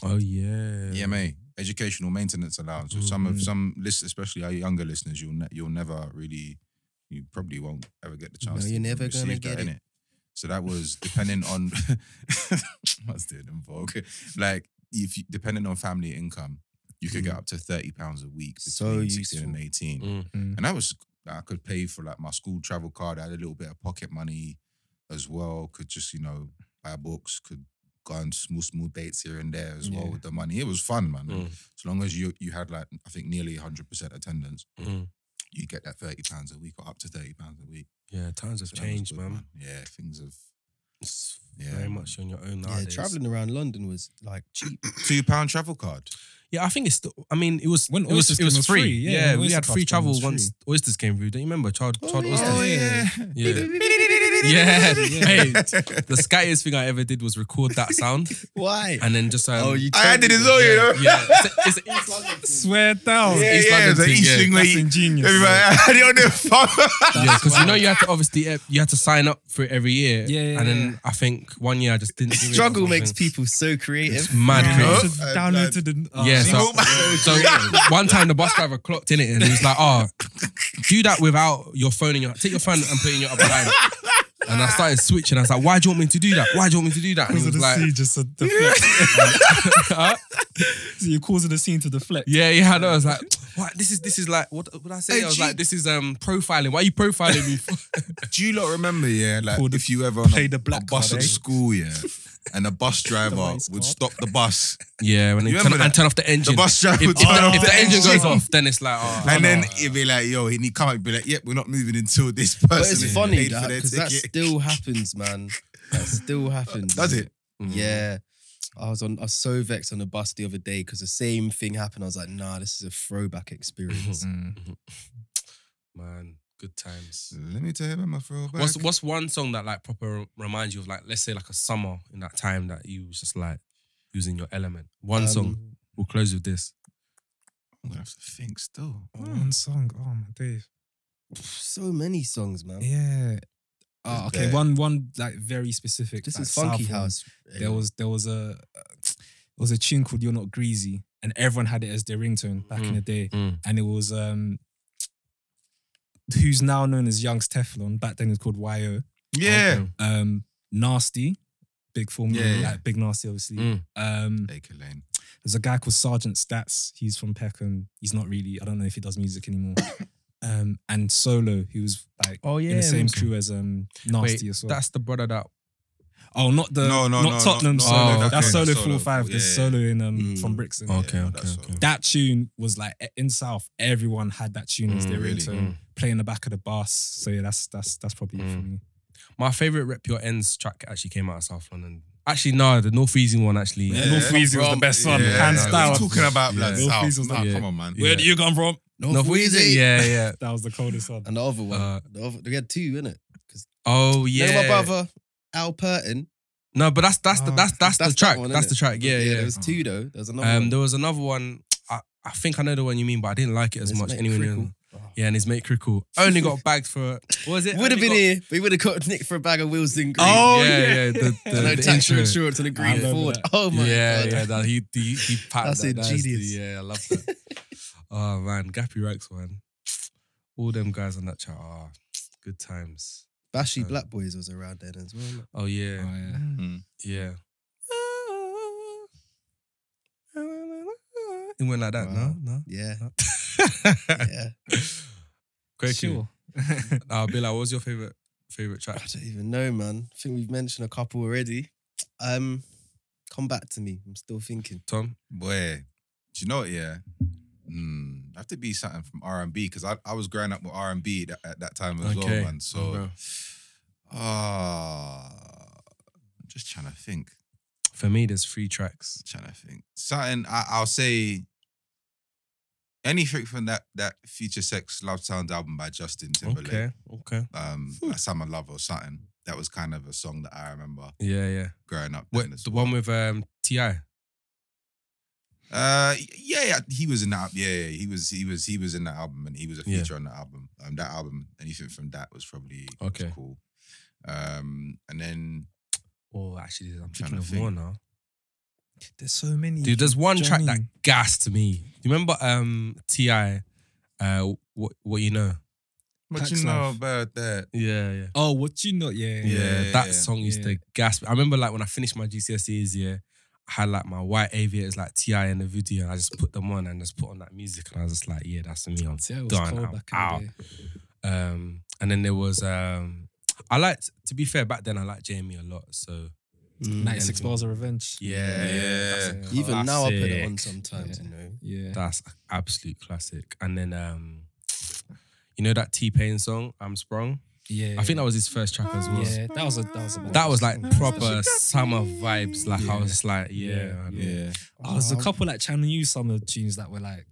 S2: Oh yeah.
S1: Um,
S4: EMA, E educational maintenance allowance. So some
S1: Mm.
S4: of
S3: Mhm.
S4: some lists, especially our younger listeners, you'll ne- you'll never really, you probably won't ever get the chance.
S1: No,
S4: to
S1: you're never
S4: receive
S1: gonna
S4: that,
S1: get it.
S4: innit? So that was depending on. I was doing in vogue. Like if you, depending on family income, you could get up to thirty pounds a week between
S1: Mm. So
S4: sixteen and
S1: useful.
S4: eighteen,
S2: Mm.
S3: Mm.
S4: and that was I could pay for like my school travel card. I had a little bit of pocket money as well. Could just you know buy books. Could go on small small dates here and there as well
S3: Yeah.
S4: with the money. It was fun, man.
S2: Mm.
S4: As long as you you had like I think nearly hundred percent attendance,
S2: Mm.
S4: you get that thirty pounds a week or up to thirty pounds a week.
S2: Yeah, times have
S4: So that was
S2: changed,
S4: good,
S2: man.
S4: Yeah, things have
S2: It's
S4: yeah
S2: very
S4: man.
S2: much on your own
S1: Yeah,
S2: nowadays.
S1: traveling around London was like cheap.
S4: two pound travel card.
S2: Yeah, I think it's. Still, I mean, it was.
S3: When
S2: it was,
S3: oysters
S2: it was
S3: came, it was
S2: free.
S3: free. Yeah,
S2: Yeah,
S3: when
S2: we
S3: oyster
S2: had free
S3: crust came, it
S2: travel
S3: was
S2: once oysters came through. Don't you remember child child
S1: yeah.
S2: oysters?
S1: Oh,
S3: yeah.
S2: Yeah. Yeah.
S4: yeah.
S2: Hey, the scariest thing I ever did was record that sound
S1: Why?
S2: and then just um,
S1: oh, you.
S4: I had it
S1: told me
S4: as well, you know.
S2: yeah. It's, a- it's, a-
S3: Swear down.
S4: Yeah,
S2: East
S4: yeah, it's
S2: London
S4: an
S2: thing,
S4: East
S2: yeah.
S4: thing.
S3: That's
S4: Like,
S3: ingenious.
S4: everybody had it on their phone.
S2: yeah, because you know you had to obviously uh, you had to sign up for it every year.
S3: Yeah, yeah,
S2: and then
S3: yeah.
S2: I think one year I just didn't. do it or
S1: Struggle makes
S2: something.
S1: people so creative.
S2: It's mad.
S3: Yeah, I
S2: crazy.
S4: No.
S3: just
S4: Uh,
S3: downloaded the. oh,
S2: Yeah,
S3: shit.
S2: so, so one time the bus driver clocked in it and he was like, "Oh, do that without your phone in your take your phone and put it in your other hand." And I started switching. I was like, "Why do you want me to do that? Why do you want me to do that?" And he
S3: Causing
S2: was
S3: the
S2: like,
S3: scene just to deflect. So you're causing the scene to deflect.
S2: "Yeah, yeah, I know." I was like, "What? This is this is like what what did I say?"
S4: Hey,
S2: I was
S4: G-
S2: like, "This is um profiling. Why are you profiling me?" For?
S4: Do you lot remember, yeah, like
S3: Called the-
S4: if you ever on a,
S3: played the black
S4: a bus
S3: card,
S4: at
S3: eh?
S4: school, yeah, and the bus driver
S3: race
S4: would
S3: card.
S4: stop the bus,
S2: Yeah, when they
S4: You
S2: turn,
S4: remember
S2: and
S4: that?
S2: turn off the engine.
S4: the bus driver
S2: if,
S4: would
S2: if
S4: turn
S2: the,
S4: off
S2: if the engine goes off, then it's like, oh,
S4: and then
S2: no.
S4: it'd be like, yo, and he come out and be like, yep, we're not moving until this person
S1: But it's
S4: has
S1: funny
S4: paid for
S1: that
S4: their
S1: because that
S4: ticket.
S1: still happens, man. That still happens.
S4: Does it?
S2: Mm.
S1: Yeah. I was on. I was so vexed on the bus the other day because the same thing happened. I was like, "Nah, this is a throwback experience."
S3: Mm.
S2: man, good times.
S4: Let me tell you about my throwback.
S2: What's what's one song that like proper reminds you of like let's say like a summer in that time that you was just like using your element. One
S1: Um,
S2: song. We'll close with this.
S4: I'm gonna have to think still.
S3: One song. Oh my days.
S1: So many songs, man.
S3: Yeah. Oh,
S4: It's
S3: okay.
S4: bare.
S3: One one like very specific.
S1: This
S3: like,
S1: is funky
S3: South one.
S1: house.
S3: There was there was a there was a tune called "You're Not Greasy" and everyone had it as their ringtone back in the day.
S2: Mm.
S3: And it was um, who's now known as Young's Teflon. Back then it was called Yo.
S4: Yeah.
S2: Okay.
S3: Um, Nasty, Big Four,
S4: Mm. Yeah, yeah.
S3: like Big Nasty, obviously.
S2: Mm.
S3: Um,
S4: Baker Lane.
S3: there's a guy called Sergeant Stats. He's from Peckham. He's not really. I don't know if he does music anymore. Um, and Solo, he was like
S2: Oh yeah.
S3: in the same crew as um
S2: Wait,
S3: Nasty as well.
S2: that's the brother that
S3: Oh, not the
S4: No, no,
S3: not
S4: no,
S3: Tottenham
S4: no, Oh,
S3: solo.
S2: no,
S3: that's
S4: okay.
S3: solo
S4: Solo,
S3: four five.
S4: yeah,
S3: There's
S4: yeah. Oh,
S3: solo in um
S1: Mm.
S3: from Brixton.
S2: Okay,
S4: Yeah,
S2: okay,
S4: that's
S2: okay.
S4: all.
S3: That tune was like e, in South. Everyone had that tune as
S2: Mm,
S3: their
S4: really?
S3: ringtone.
S2: Mm.
S3: Playing the back of the bus. So yeah, that's that's that's probably it for
S2: Mm.
S3: me.
S2: My favorite Rep Your Ends track actually came out of South London. Actually, no, the North Easy one actually.
S4: Yeah.
S3: North Weezy was the best one,
S2: Yeah.
S3: hands
S2: Yeah.
S3: down.
S4: What are you talking about, blood?
S2: Yeah.
S4: South.
S3: North East was
S4: Nah,
S2: like-
S4: come on, man.
S2: Yeah.
S3: you come from?
S2: North Wheezy. Yeah, yeah.
S3: That was the coldest one.
S1: and the other one.
S2: Uh,
S1: the other, we had two, innit?
S2: Oh
S1: Yeah.
S2: yeah.
S1: Know my brother Al Purton.
S2: No, but that's that's the
S3: Oh,
S2: that's that's,
S1: that
S2: the track.
S1: one,
S2: that's
S1: innit?
S2: the track. Yeah, yeah.
S1: There was two though. There was another
S2: Um,
S1: one.
S2: there was another one. I, I think I know the one you mean, but I didn't like it as
S1: His
S2: much.
S1: mate
S2: Anyway,
S1: Crickle. Oh.
S2: yeah, and his mate Crickle only got bagged for what was it?
S1: Would have
S2: Only
S1: been
S2: got-
S1: here, but he would have got Nick for a bag of wheels and green.
S2: Oh yeah, yeah. the, the,
S1: and no
S2: the
S1: tax
S2: intro.
S1: for insurance and a green
S3: remember
S1: Ford.
S3: that.
S1: Oh my
S2: yeah,
S1: god.
S2: yeah. That he he, he packed
S1: That's
S2: that. the-
S1: ingenious.
S2: yeah, I love that. oh man, Gappy Rex man. All them guys on that chat. Ah, good times.
S1: Bashy
S2: Um,
S1: Black Boys was around then as well. innit?
S2: Oh yeah,
S3: Oh, yeah.
S2: yeah. It went like that.
S1: Wow.
S2: No,
S1: Yeah,
S2: no.
S1: yeah.
S2: Quaker.
S3: Sure.
S4: Hmm.
S2: Nah, Bill, like, what was your favorite favorite
S1: I
S2: track?
S1: don't even know, man. I think we've mentioned a couple already. Um, come back to me. I'm still thinking.
S2: Tom.
S4: Boy, do you know what? Yeah, mm, have to be something from R and B because I, I was growing up with R and B at that time as
S2: Okay.
S4: well, man. So,
S2: Okay.
S4: ah, I'm just trying to think,
S2: For me, there's three tracks.
S4: trying to think. Something I, I'll say. Anything from that that Future Sex Love Sound album by Justin Timberlake,
S2: Okay. Okay.
S4: um, like Summer Love or something. That was kind of a song that I remember
S2: Yeah, yeah.
S4: growing up.
S2: What
S4: then as
S2: the
S4: well.
S2: one with um Ti?
S4: Uh, yeah, yeah, he was in that. Yeah, yeah, he was, he was, he was in that album, and he was a
S2: Yeah.
S4: feature on that album. Um, that album, anything from that was probably was
S2: Okay.
S4: cool. Um, and then
S2: Oh, actually, I'm
S4: Trying
S2: thinking
S4: to
S2: of
S4: think.
S2: more now.
S3: There's so many.
S2: Dude, there's one
S3: Do you know
S2: track
S3: what I
S2: that
S3: mean?
S2: gassed me. You remember um Ti? Uh, what what you know?
S4: what
S3: Pax
S4: you know
S3: Love.
S4: about that?
S2: Yeah, yeah.
S3: Oh, what you not? Yeah.
S2: Yeah,
S4: Yeah,
S2: that
S4: yeah.
S2: song used
S3: Yeah.
S2: to gasp. I remember like when I finished my GCSEs, E yeah, I had like my white aviators like Ti in the video. I just put them on and just put on that music, and I was just like, yeah, that's me. I'm
S3: Yeah, it was
S2: done.
S3: cold
S2: I'm
S3: back
S2: out.
S3: in the day.
S2: Um, and then there was um, I liked to be fair back then. I liked Jamie a lot, so
S1: Mm.
S3: 96 bars of revenge.
S2: yeah,
S4: Yeah.
S2: that's a
S1: Even now, I put it on
S2: classic.
S1: sometimes. You know.
S3: Yeah.
S2: That's an absolute classic. And then um, you know that T Pain song, "I'm Sprung."
S3: yeah.
S2: I think that was his first track as well.
S3: Yeah, that was a that was a
S2: That was like proper summer vibes. Like I was just like, yeah, I know.
S4: Yeah,
S3: Oh, there's a couple like Channel U summer tunes that were like.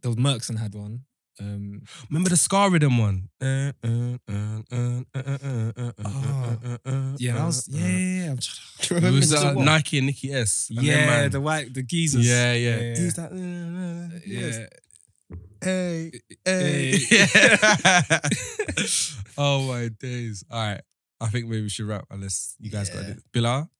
S3: There was Merckson had one. Um,
S2: Remember the Scar Rhythm one? Uh, Yeah, uh, that uh,
S3: Oh. yeah, that was yeah. yeah, yeah. I'm trying to-
S1: Do you
S2: It
S1: remember
S2: was
S1: the
S2: uh,
S1: one?
S2: Nike and Nicki S. uh. And
S3: yeah,
S2: then, man,
S3: the white the geezers.
S2: yeah, yeah.
S3: yeah.
S2: He's like, uh, yes,
S3: yeah.
S2: hey,
S3: Hey.
S2: oh my days! All right, I think maybe we should wrap unless you guys got
S1: Yeah.
S2: it. Bilal,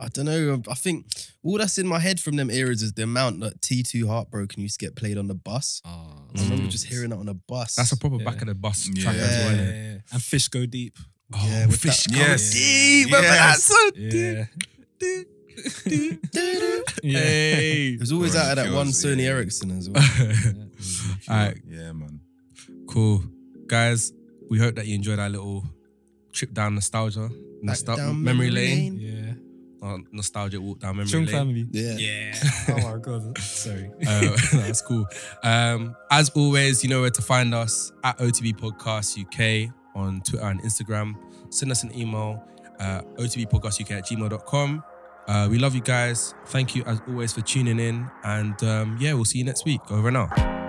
S1: I don't know. um, I think all that's in my head from them eras is the amount that T2 Heartbroken used to get played on the bus.
S3: Oh,
S1: I remember
S2: Mm.
S1: just hearing it on a bus.
S2: that's a proper
S3: Yeah.
S2: back of the bus
S4: Yeah.
S2: track as well.
S1: Yeah.
S2: innit?
S3: And fish go deep.
S2: Oh,
S1: Yeah, with
S2: fish.
S1: that-
S2: come
S4: Yes.
S2: deep. Remember that
S4: Yes.
S2: song?
S3: Yeah. yeah.
S2: Hey.
S1: It was always
S4: Throwing
S1: out of that
S4: the
S1: one
S4: feels,
S1: Sony
S4: yeah.
S1: Ericsson as well.
S2: All right,
S4: yeah, man.
S2: cool. Guys, we hope that you enjoyed our little trip down nostalgia, nostal-
S1: down
S2: memory,
S1: memory
S2: lane,
S3: Yeah.
S2: Uh, nostalgic walk down memory
S3: Chung
S2: lane.
S3: family.
S1: Yeah.
S3: Yeah. Oh my god. Sorry.
S2: Uh, that's cool. Um, as always, you know where to find us at OTB Podcast UK on Twitter and Instagram. Send us an email, uh, otbpodcastuk at gmail.com. Uh, we love you guys. Thank you as always for tuning in. And um, yeah, we'll see you next week. Over and out.